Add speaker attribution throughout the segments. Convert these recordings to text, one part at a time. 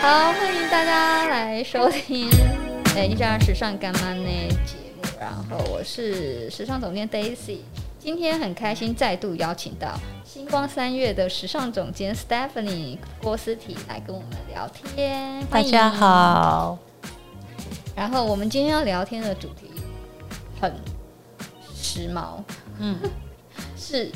Speaker 1: 好，欢迎大家来收听呃一下时尚干妈呢节目，然后我是时尚总监 Daisy，今天很开心再度邀请到星光三月的时尚总监 Stephanie 郭思婷来跟我们聊天，
Speaker 2: 大
Speaker 1: 欢迎
Speaker 2: 家。好，
Speaker 1: 然后我们今天要聊天的主题很时髦，
Speaker 2: 嗯，
Speaker 1: 是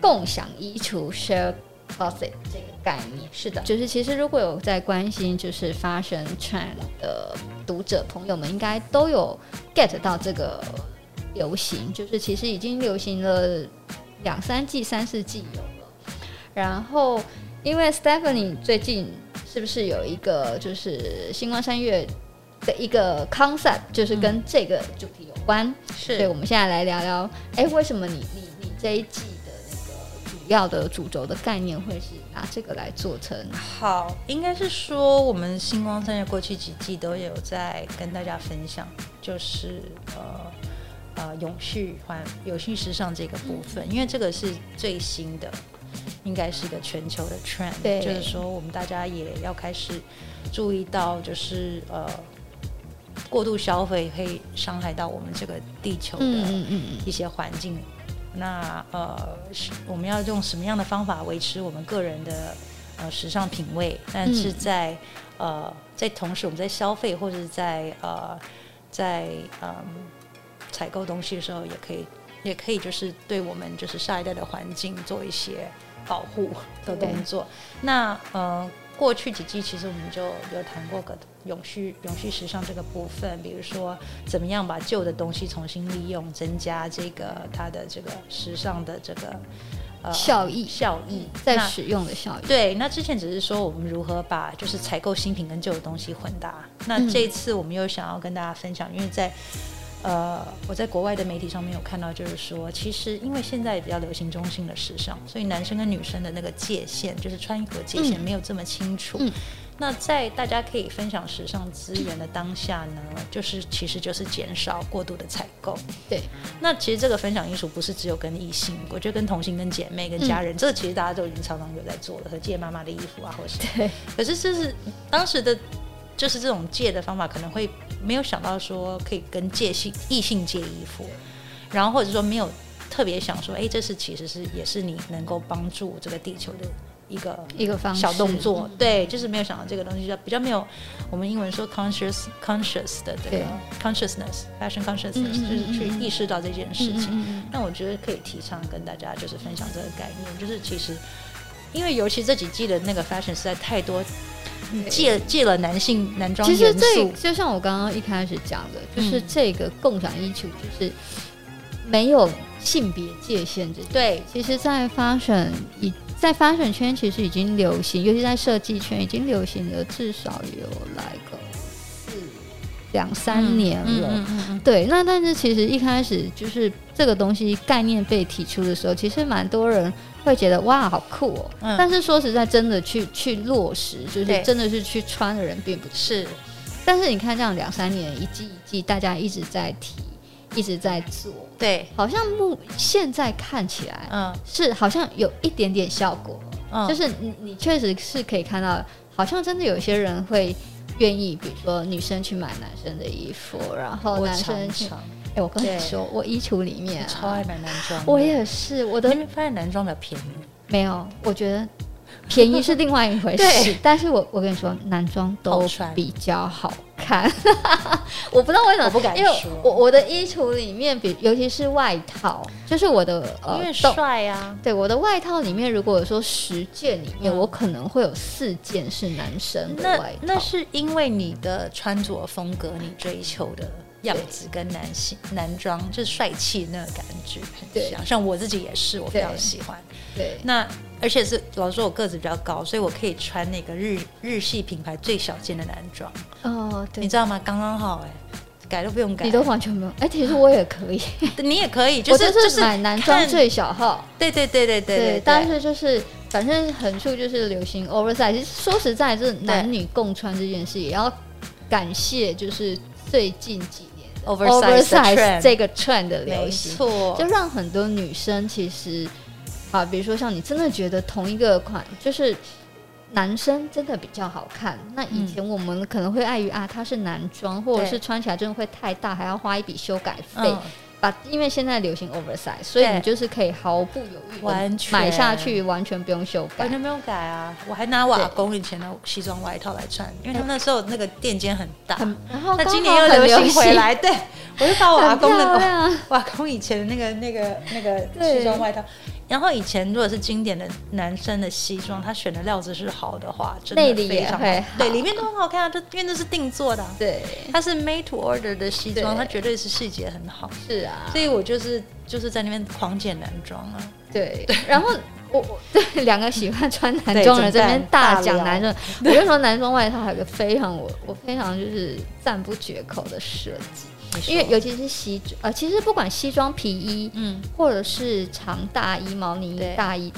Speaker 1: 共享衣橱 （share closet） 这个概念。是的，就是其实如果有在关心就是发生 trend 的读者朋友们，应该都有 get 到这个流行，就是其实已经流行了两三季、三四季有了。然后因为 Stephanie 最近是不是有一个就是星光三月的一个 concept，就是
Speaker 2: 嗯
Speaker 1: 跟这个主题有关？所以我们现在来聊聊，哎、为什么你你你这一季的那个主要的主轴的概念会是拿这个来做成？
Speaker 2: 嗯好，应该是说我们星光三月过去几季都有在跟大家分享，就是呃呃永续环永续时尚这个部分，
Speaker 1: 嗯
Speaker 2: 因为这个是最新的，应该是一个全球的 trend，
Speaker 1: 对
Speaker 2: 就是说我们大家也要开始注意到，就是呃过度消费会伤害到我们这个地球的。
Speaker 1: 嗯嗯嗯，
Speaker 2: 一些环境。那呃，是我们要用什么样的方法维持我们个人的呃时尚品味？但是在、呃，在同时我们在消费或者在呃在嗯、采购东西的时候，也可以也可以就是对我们就是下一代的环境做一些保护的动作。那呃，过去几季其实我们就有谈过个永续永续时尚这个部分，比如说怎么样把旧的东西重新利用，增加这个它的这个时尚的这个呃
Speaker 1: 效益
Speaker 2: 效益。
Speaker 1: 在
Speaker 2: 那
Speaker 1: 使用的效益，
Speaker 2: 对，那之前只是说我们如何把就是采购新品跟旧的东西混搭。那
Speaker 1: 嗯
Speaker 2: 这一次我们又想要跟大家分享，因为在呃我在国外的媒体上面有看到，就是说其实因为现在也比较流行中性的时尚，所以男生跟女生的那个界限，就是穿衣服的界
Speaker 1: 嗯
Speaker 2: 限没有这么清楚。
Speaker 1: 嗯
Speaker 2: 那在大家可以分享时尚资源的当下呢，就是其实就是减少过度的采购。
Speaker 1: 对，
Speaker 2: 那其实这个分享艺术不是只有跟异性，我觉得跟同性、跟姐妹、跟
Speaker 1: 嗯
Speaker 2: 家人，这个其实大家都已经常常有在做了，和借妈妈的衣服啊，或是
Speaker 1: 对。
Speaker 2: 可是这是当时的，就是这种借的方法，可能会没有想到说可以跟借性异性借衣服，然后或者说没有特别想说，哎，这是其实是也是你能够帮助这个地球的一个
Speaker 1: 一个方式嗯
Speaker 2: 小动作， 对，就是没有想到这个东西，就比较没有我们英文说 conscious conscious 的这
Speaker 1: 对
Speaker 2: 个 consciousness fashion consciousness，、
Speaker 1: 嗯嗯
Speaker 2: 就是去
Speaker 1: 嗯嗯
Speaker 2: 意识到这件事
Speaker 1: 嗯
Speaker 2: 情。
Speaker 1: 嗯
Speaker 2: 那我觉得可以提倡跟大家就是分享这个概念，就是其实因为尤其这几季的那个 fashion 实在太多
Speaker 1: 嗯对
Speaker 2: 借借了男性男装
Speaker 1: 其实
Speaker 2: 元
Speaker 1: 这
Speaker 2: 素，
Speaker 1: 就像我刚刚一开始讲的，就是
Speaker 2: 嗯
Speaker 1: 这个共享衣橱就是没有性别界限这件
Speaker 2: 对
Speaker 1: 其实，在 fashion 已在 fashion 圈其实已经流行，尤其在设计圈已经流行了至少有来个四两三年了。
Speaker 2: 嗯嗯嗯
Speaker 1: 对，那但是其实一开始就是这个东西概念被提出的时候，其实蛮多人会觉得哇，好酷哦。
Speaker 2: 嗯
Speaker 1: 但是说实在，真的去去落实，就是
Speaker 2: 对
Speaker 1: 真的是去穿的人并不多。
Speaker 2: 是
Speaker 1: 但是你看，这样两三年一季一季，大家一直在提，一直在做，
Speaker 2: 对，
Speaker 1: 好像目现在看起来，
Speaker 2: 嗯
Speaker 1: 是好像有一点点效果，
Speaker 2: 嗯，
Speaker 1: 就是是你你确实是可以看到，好像真的有些人会愿意，比如说女生去买男生的衣服，然后
Speaker 2: 我
Speaker 1: 男生
Speaker 2: 常
Speaker 1: 去，哎、
Speaker 2: 常
Speaker 1: 我跟你
Speaker 2: 对
Speaker 1: 说，我衣橱里面、
Speaker 2: 超爱
Speaker 1: 啊，
Speaker 2: 买男装的，
Speaker 1: 我也是，我
Speaker 2: 你
Speaker 1: 的
Speaker 2: 会发现男装比较便宜，
Speaker 1: 没有，我觉得。便宜是另外一回事
Speaker 2: 对，
Speaker 1: 但是我我跟你说，男装都
Speaker 2: 好穿
Speaker 1: 比较好看。 我不知道为什么，
Speaker 2: 我不敢
Speaker 1: 因为
Speaker 2: 说
Speaker 1: 我我的衣橱里面比，尤其是外套，就是我的呃，
Speaker 2: 因为
Speaker 1: 冬
Speaker 2: 帅啊，
Speaker 1: 对，我的外套里面，如果说十件里面，
Speaker 2: 嗯
Speaker 1: 我可能会有四件是男生的
Speaker 2: 那
Speaker 1: 外套。
Speaker 2: 那是因为你的穿着风格，你追求的样子跟男性男装就是帅气那个感觉很像。像我自己也是，我非常
Speaker 1: 对
Speaker 2: 喜欢。
Speaker 1: 对
Speaker 2: 那而且是老实说，我个子比较高，所以我可以穿那个日日系品牌最小件的男装，
Speaker 1: 哦，对，
Speaker 2: 你
Speaker 1: 你
Speaker 2: 知道吗？刚刚好哎、改都不用改，
Speaker 1: 都完全没有。哎，其实我也可以，
Speaker 2: 你也可以，
Speaker 1: 我
Speaker 2: 是
Speaker 1: 就
Speaker 2: 啊 就是是
Speaker 1: 买男装
Speaker 2: 看
Speaker 1: 最小号。
Speaker 2: 对对对对对对，
Speaker 1: 但是就是反正横竖就是流行 oversize。其实说实在，这男女共穿这件事，也要感谢就是最近几年的
Speaker 2: oversize 的 trend
Speaker 1: 这个 trend 的流
Speaker 2: 没
Speaker 1: 行。
Speaker 2: 错，
Speaker 1: 就让很多女生其实，啊，比如说像你真的觉得同一个款，就是男生真的比较好看。那
Speaker 2: 嗯
Speaker 1: 以前我们可能会碍于啊，他是男装，或者是穿起来真的会太大，还要花一笔修改费。
Speaker 2: 嗯，
Speaker 1: 把，因为现在流行 oversize，所以
Speaker 2: 对
Speaker 1: 你就是可以毫不犹豫
Speaker 2: 完
Speaker 1: 的
Speaker 2: 全
Speaker 1: 买下去，完全不用修改
Speaker 2: 完。全不用改啊！我还拿我阿公以前的西装外套来穿，因为他们那时候那个垫肩很大。
Speaker 1: 很，然后
Speaker 2: 那今
Speaker 1: 刚
Speaker 2: 年
Speaker 1: 好
Speaker 2: 又
Speaker 1: 很
Speaker 2: 流
Speaker 1: 流
Speaker 2: 行回， 来，对我就把我阿
Speaker 1: 很
Speaker 2: 公
Speaker 1: 漂
Speaker 2: 的
Speaker 1: 亮。啊
Speaker 2: 我阿公以前的那个、那个、那个
Speaker 1: 对
Speaker 2: 西装外套，然后以前如果是经典的男生的西装，他选的料子是好的话，真
Speaker 1: 内
Speaker 2: 的
Speaker 1: 里
Speaker 2: 非
Speaker 1: 也
Speaker 2: 常好
Speaker 1: 会，
Speaker 2: 对，
Speaker 1: 好
Speaker 2: 里面都很好看啊，这因为那是定做的、啊，
Speaker 1: 对，
Speaker 2: 它是 made to order 的西装，
Speaker 1: 对
Speaker 2: 它绝对是细节很好，
Speaker 1: 是啊，
Speaker 2: 所以我就是就是在那边狂剪男装啊，
Speaker 1: 对。然后我我 对两个喜欢穿男
Speaker 2: 对
Speaker 1: 装的
Speaker 2: 怎
Speaker 1: 这
Speaker 2: 么办
Speaker 1: 边大讲
Speaker 2: 大聊
Speaker 1: 男装，我就说男装外套还有个非常我我非常就是赞不绝口的设计，
Speaker 2: 你说
Speaker 1: 因为尤其是西装呃，其实不管西装皮衣
Speaker 2: 嗯，
Speaker 1: 或者是长大衣、毛呢
Speaker 2: 对
Speaker 1: 衣、大衣，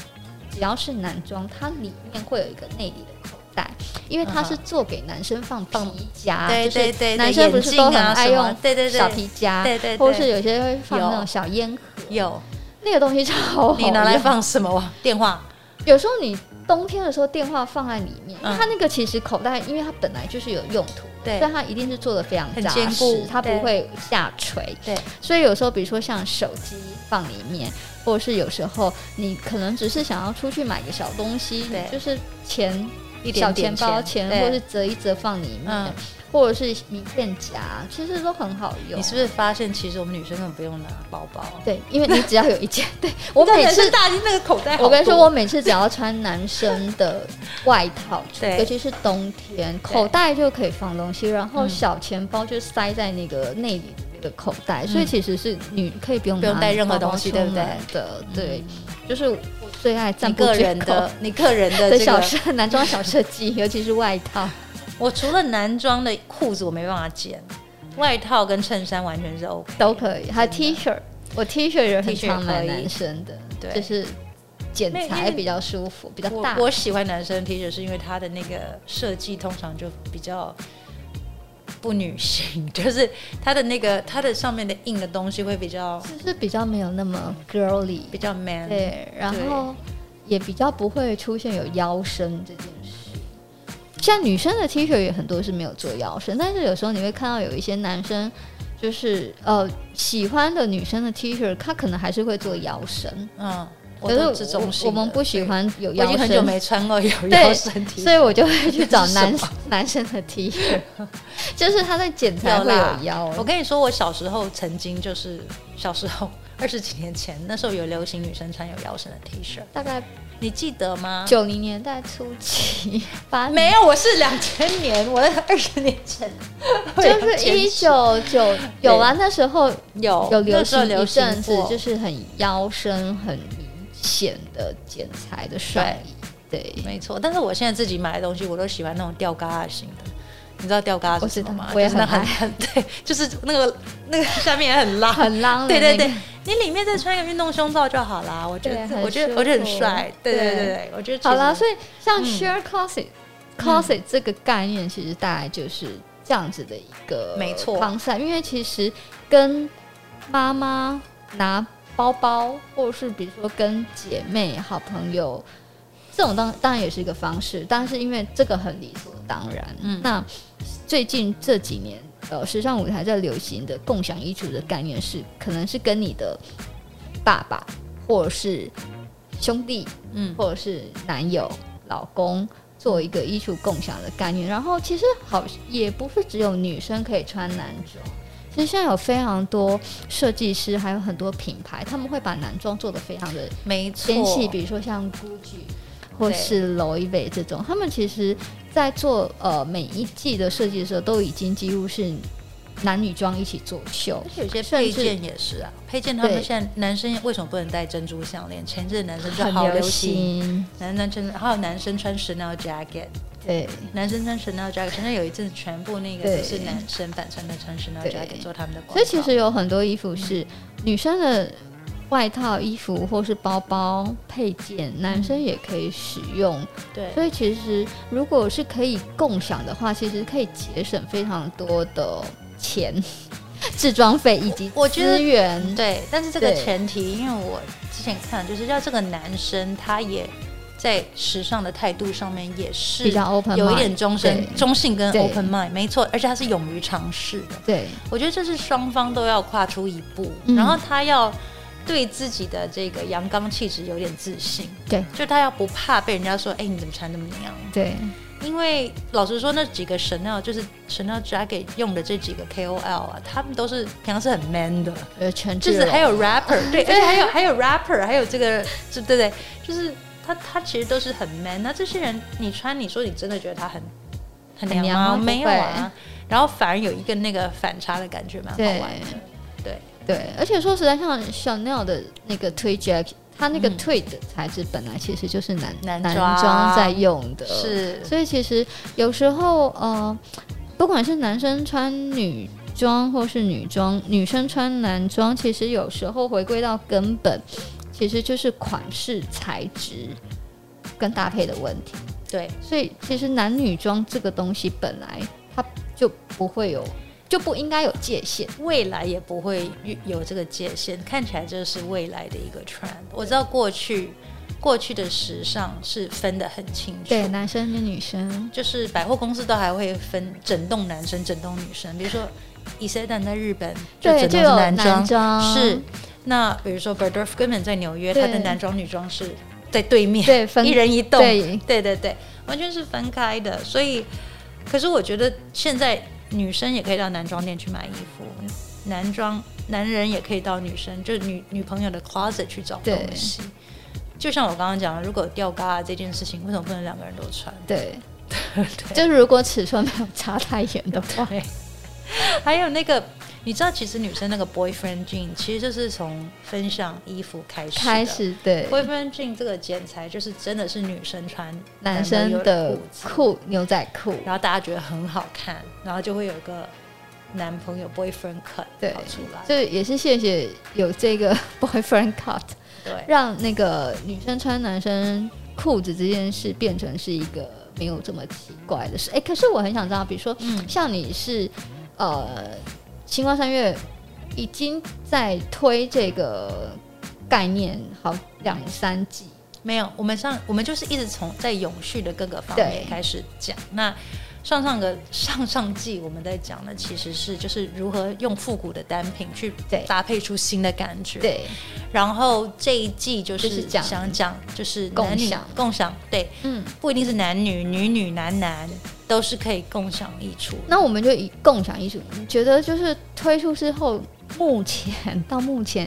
Speaker 1: 只要是男装，它里面会有一个内里的口袋，因为它
Speaker 2: 嗯哼
Speaker 1: 是做给男生放皮夹，
Speaker 2: 对
Speaker 1: 就是
Speaker 2: 对对对
Speaker 1: 男生不是都很爱
Speaker 2: 眼镜啊什么
Speaker 1: 用
Speaker 2: 对对对
Speaker 1: 小皮夹，
Speaker 2: 对对对
Speaker 1: 或是有些会放那
Speaker 2: 有
Speaker 1: 种小烟盒，
Speaker 2: 有
Speaker 1: 那个东西超好
Speaker 2: 你拿来
Speaker 1: 用。
Speaker 2: 放什么 电话？
Speaker 1: 有时候你冬天的时候电话放在里面，
Speaker 2: 嗯
Speaker 1: 它那个其实口袋，因为它本来就是有用途。
Speaker 2: 对
Speaker 1: 所以它一定是做的非常
Speaker 2: 很
Speaker 1: 扎
Speaker 2: 坚
Speaker 1: 实
Speaker 2: 固，
Speaker 1: 它不
Speaker 2: 对
Speaker 1: 会下垂。
Speaker 2: 对，
Speaker 1: 所以有时候，比如说像手机放里面，或者是有时候你可能只是想要出去买个小东西，
Speaker 2: 对
Speaker 1: 你就是钱
Speaker 2: 一点
Speaker 1: 小
Speaker 2: 点
Speaker 1: 钱包钱，
Speaker 2: 对
Speaker 1: 或者是折一折放里面，
Speaker 2: 嗯
Speaker 1: 或者是名片夹，其实都很好用
Speaker 2: 你。是不是发现其实我们女生根本不用拿包包？
Speaker 1: 对，因为你只要有一件， 对我每次。
Speaker 2: 大衣那个口袋，
Speaker 1: 我跟你说，我每次只要穿男生的外套
Speaker 2: 对
Speaker 1: 尤其是冬天，口袋就可以放东西，然后小钱包就塞在那个内里的那个口袋，所以其实是你可以不用
Speaker 2: 嗯不用
Speaker 1: 拿
Speaker 2: 带任何
Speaker 1: 包包
Speaker 2: 东西
Speaker 1: 出
Speaker 2: 对不对
Speaker 1: 门的，对，就是我最爱
Speaker 2: 你
Speaker 1: 赞不
Speaker 2: 个
Speaker 1: 绝
Speaker 2: 人
Speaker 1: 口
Speaker 2: 的你个人的
Speaker 1: 的
Speaker 2: 这个
Speaker 1: 小，设男装小设 计，尤其是外套，
Speaker 2: 我除了男装的裤子我没办法剪，外套跟衬衫完全是 OK。
Speaker 1: 都可以，还有 T 恤，我 T 恤也很
Speaker 2: T 恤
Speaker 1: 常买
Speaker 2: 可以
Speaker 1: 男生的，
Speaker 2: 对
Speaker 1: 就是剪
Speaker 2: 那因
Speaker 1: 裁
Speaker 2: 为
Speaker 1: 比较舒服，比较
Speaker 2: 我
Speaker 1: 大，
Speaker 2: 我喜欢男生 T 恤是因为它的那个设计通常就比较不女性， 就是它的那个它的上面的印的东西会比较
Speaker 1: 就是比较没有那么 girly，
Speaker 2: 比较 man。
Speaker 1: 对，然后也比较不会出现有腰身这件事。像女生的 T 恤也很多是没有做腰身，但是有时候你会看到有一些男生，就是呃喜欢的女生的 T 恤，他可能还是会做腰身。
Speaker 2: 嗯，我
Speaker 1: 可是
Speaker 2: 都
Speaker 1: 我
Speaker 2: 是中性
Speaker 1: 我
Speaker 2: 的
Speaker 1: 们不喜。欢有
Speaker 2: 对我
Speaker 1: 腰
Speaker 2: 已经很久
Speaker 1: 身，
Speaker 2: 没穿过 有
Speaker 1: 对
Speaker 2: 腰身 T 恤，
Speaker 1: 所以我就会去找男
Speaker 2: 这是什
Speaker 1: 男生的 T 恤，就是他在剪裁会
Speaker 2: 有啦
Speaker 1: 有腰。
Speaker 2: 我跟你说，我小时候曾经就是小时候二十几年前，那时候有流行女生穿有腰身的 T 恤，
Speaker 1: 大概
Speaker 2: 你记得吗？
Speaker 1: 九零年代初期，八零
Speaker 2: 没有，我是两千年，我二十年前，
Speaker 1: 就是一九九有啊，那时候
Speaker 2: 有
Speaker 1: 有流
Speaker 2: 那时候
Speaker 1: 行
Speaker 2: 流
Speaker 1: 一
Speaker 2: 行
Speaker 1: 阵子
Speaker 2: 过，
Speaker 1: 就是很腰身很明显的剪裁的上衣，对，
Speaker 2: 没错。但是我现在自己买的东西，我都喜欢那种吊嘎啊型的。你知道吊嘎是什么吗？
Speaker 1: 我知道我也
Speaker 2: 就是那
Speaker 1: 很
Speaker 2: 很很 对，就是那个那个下面也 很拉，
Speaker 1: 很浪的
Speaker 2: 对
Speaker 1: 那个。
Speaker 2: 对对，你里面再穿一个运动胸罩就好啦。我觉
Speaker 1: 对
Speaker 2: 得
Speaker 1: 很
Speaker 2: 我觉得
Speaker 1: 舒
Speaker 2: 我觉得很
Speaker 1: 服
Speaker 2: 帅，对对
Speaker 1: 对
Speaker 2: 对对，我觉得其
Speaker 1: 好啦，
Speaker 2: 实
Speaker 1: 所以像
Speaker 2: 嗯
Speaker 1: share closet、closet 这个概念，其实大概就是这样子的一个
Speaker 2: 没错
Speaker 1: 方向，因为其实跟妈妈拿包包，或者是比如说跟姐妹、好朋友。这种当当然也是一个方式，但是因为这个很理所当然。
Speaker 2: 嗯
Speaker 1: 那最近这几年，呃，时尚舞台在流行的共享衣橱的概念是，可能是跟你的爸爸或者是兄弟
Speaker 2: 嗯
Speaker 1: 或者是男友、老公做一个衣橱共享的概念。然后其实好也不是只有女生可以穿男装，其实现在有非常多设计师，还有很多品牌，他们会把男装做的非常的
Speaker 2: 没错，
Speaker 1: 纤细，比如说像 GUCCI 或是 Louis V 这种，他们其实在做呃每一季的设计的时候，都已经几乎是男女装一起作秀
Speaker 2: 而。且有些
Speaker 1: 甚
Speaker 2: 配
Speaker 1: 至
Speaker 2: 件也是啊，配件他们
Speaker 1: 对
Speaker 2: 现在男生为什么不能戴珍珠项链？前阵子男生就
Speaker 1: 很
Speaker 2: 好
Speaker 1: 流
Speaker 2: 行，
Speaker 1: 行，
Speaker 2: 男男生还有男生穿 Chanel jacket，
Speaker 1: 对，
Speaker 2: 男生穿 Chanel jacket，现在有一阵子全部那个
Speaker 1: 对
Speaker 2: 就是男生反穿的穿 Chanel
Speaker 1: 对
Speaker 2: jacket 做他们的广告。
Speaker 1: 所以其实有很多衣服是女生的外套、衣服或是包包配件，男生也可以使用。
Speaker 2: 对
Speaker 1: 所以其实如果是可以共享的话，其实可以节省非常多的钱、 置装费以及
Speaker 2: 我觉得
Speaker 1: 资源。
Speaker 2: 对，但是这个
Speaker 1: 对
Speaker 2: 前提，因为我之前看就是要这个男生他也在时尚的态度上面也是
Speaker 1: 比较 open，
Speaker 2: 有一点中性
Speaker 1: 对、
Speaker 2: 中性跟
Speaker 1: 对
Speaker 2: open mind，没错，而且他是勇于尝试的。
Speaker 1: 对，
Speaker 2: 我觉得这是双方都要跨出一步，
Speaker 1: 嗯
Speaker 2: 然后他要对自己的这个阳刚气质有点自信，
Speaker 1: 对，
Speaker 2: 就他要不怕被人家说，哎、你怎么穿那么娘？
Speaker 1: 对，
Speaker 2: 因为老实说，那几个神 l 就是神 l Jacket 用的这几个 KOL 啊，他们都是平常是很 man 的，
Speaker 1: 呃，陈
Speaker 2: 就
Speaker 1: 志
Speaker 2: 是
Speaker 1: 荣
Speaker 2: 还有 rapper，对，而且还有还有 rapper，还有这个，就对对，就是他他其实都是很 man。那这些人，你穿，你说你真的觉得他很
Speaker 1: 很
Speaker 2: 很娘
Speaker 1: 娘吗
Speaker 2: 吗？
Speaker 1: 不
Speaker 2: 没有啊。然后反而有一个那个反差的感觉，蛮好玩的。对，
Speaker 1: 对，而且说实在，像 Chanel 的那个 tweed jacket，它那个
Speaker 2: 嗯
Speaker 1: tweed 的材质本来其实就是男
Speaker 2: 男
Speaker 1: 男
Speaker 2: 装
Speaker 1: 装在用的，，
Speaker 2: 是
Speaker 1: 所以其实有时候呃，不管是男生穿女装或是女装，女生穿男装，其实有时候回归到根本，其实就是款式、材质跟搭配的问题。
Speaker 2: 对，
Speaker 1: 所以其实男女装这个东西本来它就不会有，就不应该有界限。
Speaker 2: 未来也不会有这个界限，看起来这是未来的一个 trend。我知道过去过去的时尚是分得很清楚，
Speaker 1: 对，男生跟女生，
Speaker 2: 就是百货公司都还会分整栋男生、整栋女生，比如说伊塞丹在日本就
Speaker 1: 对，
Speaker 2: 整
Speaker 1: 就
Speaker 2: 栋
Speaker 1: 有
Speaker 2: 是男装，
Speaker 1: 装
Speaker 2: 是。那比如说 b e r d o r f Goodman 在纽约，他
Speaker 1: 对
Speaker 2: 的男装女装是在对面，
Speaker 1: 对分
Speaker 2: 一人一栋，
Speaker 1: 对
Speaker 2: 对对对，完全是分开的。所以，可是我觉得现在女生也可以到男装店去买衣服，男装男人也可以到女生，就是女女朋友的 closet 去找
Speaker 1: 对
Speaker 2: 东西。就像我刚刚讲的，如果有吊嘎这件事情，为什么不能两个人都穿？
Speaker 1: 对。就是如果尺寸没有差太远 的话，
Speaker 2: 对，还有那个，你知道，其实女生那个 boyfriend jean 其实就是从分享衣服开始的
Speaker 1: 开。始对
Speaker 2: boyfriend jean 这个剪裁就是真的是女生穿
Speaker 1: 男生
Speaker 2: 的
Speaker 1: 的
Speaker 2: 裤子，
Speaker 1: 裤牛仔裤，
Speaker 2: 然后大家觉得很好看，然后就会有一个男朋友 boyfriend cut
Speaker 1: 对
Speaker 2: 跑出来。
Speaker 1: 就也是谢谢有这个 boyfriend cut，
Speaker 2: 对
Speaker 1: 让那个女生穿男生裤子这件事变成是一个没有这么奇怪的事。哎、可是我很想知道，比如说
Speaker 2: 嗯，
Speaker 1: 像你是呃，星光三月已经在推这个概念好两三季，
Speaker 2: 没有，我们上我们就是一直从在永续的各个方
Speaker 1: 对
Speaker 2: 面开始讲。那上上个上上季我们在讲的其实是就是如何用复古的单品去
Speaker 1: 对
Speaker 2: 搭配出新的感觉。
Speaker 1: 对，
Speaker 2: 然后这一季就
Speaker 1: 就是
Speaker 2: 是
Speaker 1: 讲
Speaker 2: 想讲就是
Speaker 1: 共
Speaker 2: 男女
Speaker 1: 享
Speaker 2: 共享，对，
Speaker 1: 嗯。
Speaker 2: 不一定是男女、女女、男男，都是可以共享一出。
Speaker 1: 那我们就以共享艺术，你觉得就是推出之后，目前到目前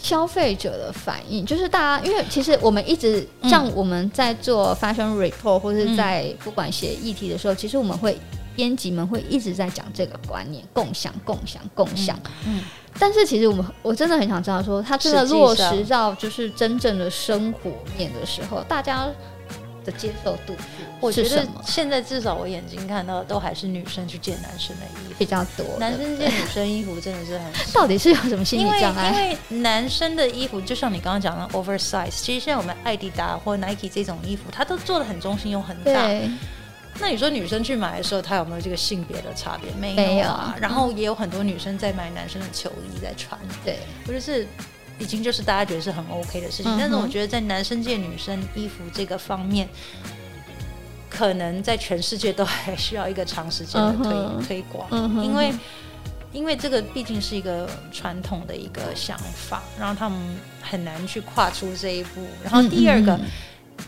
Speaker 1: 消费者的反应，就是大家因为其实我们一直
Speaker 2: 嗯
Speaker 1: 像我们在做 fashion report 或是
Speaker 2: 嗯
Speaker 1: 在不管写议题的时候，其实我们会编辑们会一直在讲这个观念，共享、共享、共享。
Speaker 2: 嗯，
Speaker 1: 但是其实我们我真的很想知道说它真的
Speaker 2: 实际
Speaker 1: 落
Speaker 2: 上
Speaker 1: 实到就是真正的生活面的时候，大家的接受度
Speaker 2: 我
Speaker 1: 是
Speaker 2: 觉
Speaker 1: 什
Speaker 2: 得
Speaker 1: 么
Speaker 2: 现在至少我眼睛看到的都还是女生去借男生的衣
Speaker 1: 比较多
Speaker 2: 服，
Speaker 1: 的？
Speaker 2: 男生借女生衣服真的是 很少。
Speaker 1: 到底是有什么心
Speaker 2: 因
Speaker 1: 理
Speaker 2: 为
Speaker 1: 障碍
Speaker 2: 因？为男生的衣服，就像你刚刚讲的 oversize，其实现在我们艾迪达或 Nike 这种衣服，它都做的很中性又很大，
Speaker 1: 对，
Speaker 2: 那你说女生去买的时候，她有没有这个性别的差别？没
Speaker 1: 没
Speaker 2: 有
Speaker 1: 有
Speaker 2: 啊。然后也有很多女生在买男生的球衣在穿，
Speaker 1: 对，
Speaker 2: 不就是已经就是大家觉得是很 OK 的事情。
Speaker 1: 嗯哼
Speaker 2: 但是我觉得在男生界女生衣服这个方面，可能在全世界都还需要一个长时间的推、
Speaker 1: 嗯哼
Speaker 2: 推广，
Speaker 1: 嗯哼
Speaker 2: 因为因为这个毕竟是一个传统的一个想法，然后他们很难去跨出这一步。然后第二个，
Speaker 1: 嗯嗯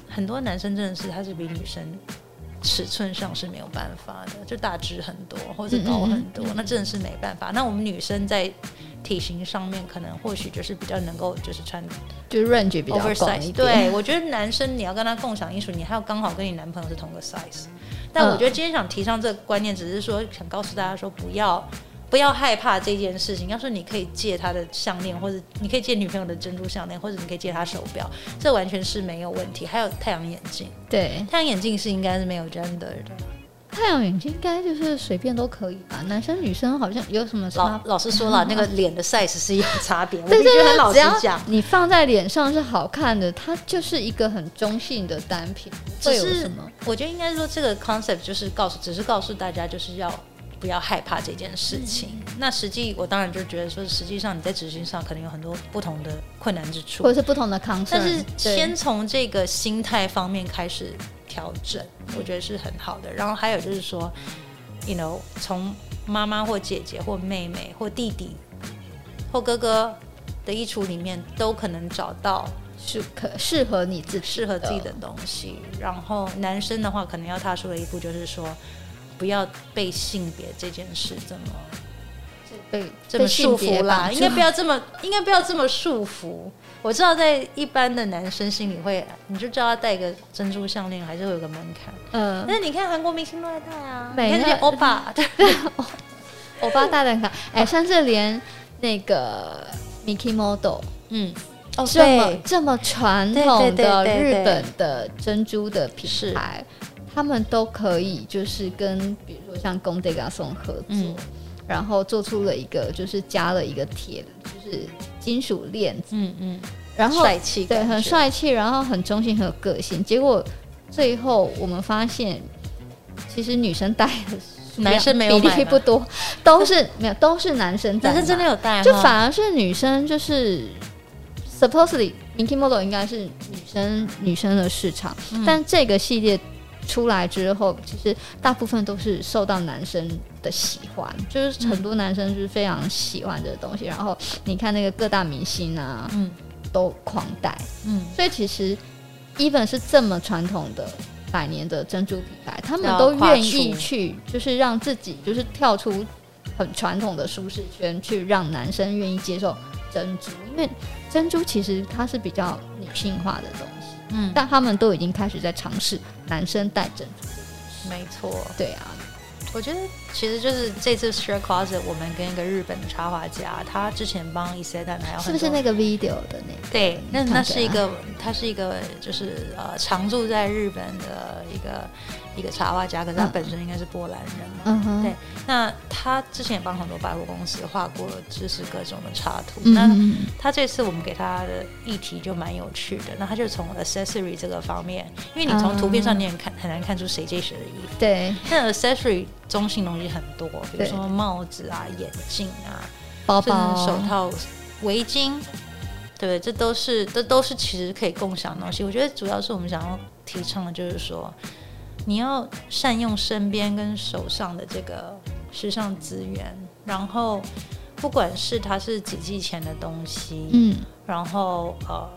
Speaker 2: 很多男生真的是他是比女生尺寸上是没有办法的，就大只很多或者高很
Speaker 1: 嗯
Speaker 2: 多，那真的是没办法。那我们女生在体型上面可能或许就是比较能够就是穿
Speaker 1: 就 range 比较广
Speaker 2: oversize。
Speaker 1: 一点。
Speaker 2: 对，我觉得男生你要跟他共享衣橱，你还要刚好跟你男朋友是同个 size。但我觉得今天想提倡这个观念，只是说想告诉大家说不要。不要害怕这件事情。要是你可以借他的项链，或者你可以借女朋友的珍珠项链，或者你可以借他手表，这完全是没有问题。还有太阳眼镜，
Speaker 1: 对，
Speaker 2: 太阳眼镜是应该是没有 gender 的。
Speaker 1: 太阳眼镜应该就是随便都可以吧？男生女生好像有什么
Speaker 2: 老
Speaker 1: 差？
Speaker 2: 老实说 了，那个脸的 size 是有差别，我
Speaker 1: 对
Speaker 2: 必
Speaker 1: 对
Speaker 2: 须
Speaker 1: 对
Speaker 2: 很，老
Speaker 1: 只
Speaker 2: 实
Speaker 1: 要
Speaker 2: 讲。
Speaker 1: 你放在脸上是好看的，它就是一个很中性的单品，
Speaker 2: 只
Speaker 1: 会有
Speaker 2: 是
Speaker 1: 什么？
Speaker 2: 我觉得应该说这个 concept 就是告诉，只是告诉大家就是要不要害怕这件事情。那实际我当然就觉得说，实际上你在执行上可能有很多不同的困难之处
Speaker 1: 或，者是不同的 concern，
Speaker 2: 但是
Speaker 1: 对
Speaker 2: 先从这个心态方面开始调整，我觉得是很好的。然后还有就是说，you know，从妈妈或姐姐或妹妹或弟弟或哥哥的衣橱里面，都可能找到
Speaker 1: 是可适合你自己，
Speaker 2: 适合自己的东西。然后男生的话，可能要踏出的一步就是说，不要被性别这件事这么
Speaker 1: 被
Speaker 2: 这么
Speaker 1: 被性
Speaker 2: 束
Speaker 1: 别
Speaker 2: 缚啦，
Speaker 1: 绑
Speaker 2: 应该
Speaker 1: 住
Speaker 2: 不要这么， 应该不要这么束缚。我知道在一般的男生心里会，你就叫他戴个珍珠项链，还是会有个门槛。
Speaker 1: 嗯，
Speaker 2: 那你看韩国明星都在戴啊，
Speaker 1: 没
Speaker 2: 你看那些
Speaker 1: 了
Speaker 2: 欧巴，对
Speaker 1: 欧巴大胆卡，哎，甚至连那个 Mickey Model
Speaker 2: 嗯，哦
Speaker 1: 这么这么传统的
Speaker 2: 对对对
Speaker 1: 日
Speaker 2: 对对
Speaker 1: 本的珍珠的品牌，他们都可以就是跟比如说像 g o n d e g a s o n 合作，
Speaker 2: 嗯
Speaker 1: 然后做出了一个就是加了一个铁的，就是金属链子，
Speaker 2: 嗯嗯，
Speaker 1: 然后
Speaker 2: 帅气，
Speaker 1: 对，很。帅气，然后很中性，很有个性。结果最后我们发现，其实女生戴的数量
Speaker 2: 男生没有
Speaker 1: 比
Speaker 2: 买
Speaker 1: 例
Speaker 2: 吗
Speaker 1: 不多，都是没有，都是男生在
Speaker 2: 男
Speaker 1: 买。
Speaker 2: 生真的有戴哈，
Speaker 1: 就反而是女生，就是 supposedly Minky Model 应该是女生女生的市场，
Speaker 2: 嗯
Speaker 1: 但这个系列出来之后，其实大部分都是受到男生的喜欢，就是很多男生就是非常喜欢这个东西。然后你看那个各大明星啊，
Speaker 2: 嗯
Speaker 1: 都狂戴，
Speaker 2: 嗯，
Speaker 1: 所以其实 even 是这么传统的。百年的珍珠品牌，他们
Speaker 2: 要
Speaker 1: 都
Speaker 2: 跨
Speaker 1: 愿意
Speaker 2: 出
Speaker 1: 去，就是让自己就是跳出很传统的舒适圈，去让男生愿意接受珍珠，因为珍珠其实它是比较女性化的东西，
Speaker 2: 嗯，
Speaker 1: 但他们都已经开始在尝试男生戴珍珠。
Speaker 2: 没错。
Speaker 1: 对啊，
Speaker 2: 我觉得其实就是这次 Share Closet，我们跟一个日本的插画家，他之前帮 e s e t a 还有
Speaker 1: 是
Speaker 2: 很
Speaker 1: 不是
Speaker 2: 多
Speaker 1: 那个 video 的那个？
Speaker 2: 对，那
Speaker 1: 你看
Speaker 2: 那
Speaker 1: 着啊
Speaker 2: 是一个，他是一个，就是呃，常住在日本的一个一个插画家，可是他
Speaker 1: 嗯
Speaker 2: 本身应该是波兰人嘛。
Speaker 1: 嗯哼，
Speaker 2: 对那他之前也帮很多百货公司画过，就是各种的插图。
Speaker 1: 嗯，
Speaker 2: 那
Speaker 1: 嗯
Speaker 2: 他这次我们给他的议题就蛮有趣的，那他就从 accessory 这个方面，因为你从图片上
Speaker 1: 嗯
Speaker 2: 你很看很难看出谁这谁的衣服。
Speaker 1: 对，
Speaker 2: 那 accessory 中性东西很多，比如
Speaker 1: 对
Speaker 2: 说帽子啊、眼镜啊，
Speaker 1: 包
Speaker 2: 甚
Speaker 1: 包、
Speaker 2: 至手套、围巾，对，这都是这都是其实可以共享的东西。我觉得主要是我们想要提倡的就是说，你要善用身边跟手上的这个时尚资源，然后不管是它是几季前的东西，
Speaker 1: 嗯，
Speaker 2: 然后呃，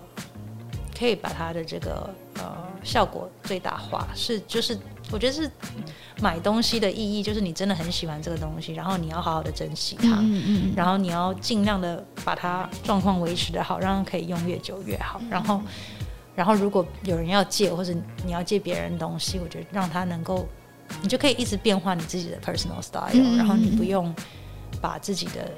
Speaker 2: 可以把它的这个呃效果最大化，是就是我觉得是买东西的意义，就是你真的很喜欢这个东西，然后你要好好的珍惜它，
Speaker 1: 嗯嗯嗯，
Speaker 2: 然后你要尽量的把它状况维持的好，让它可以用越久越好，
Speaker 1: 嗯
Speaker 2: 然后。然后，如果有人要借，或者你要借别人东西，我觉得让他能够，你就可以一直变化你自己的 personal style，、
Speaker 1: 嗯嗯嗯
Speaker 2: 然后你不用把自己的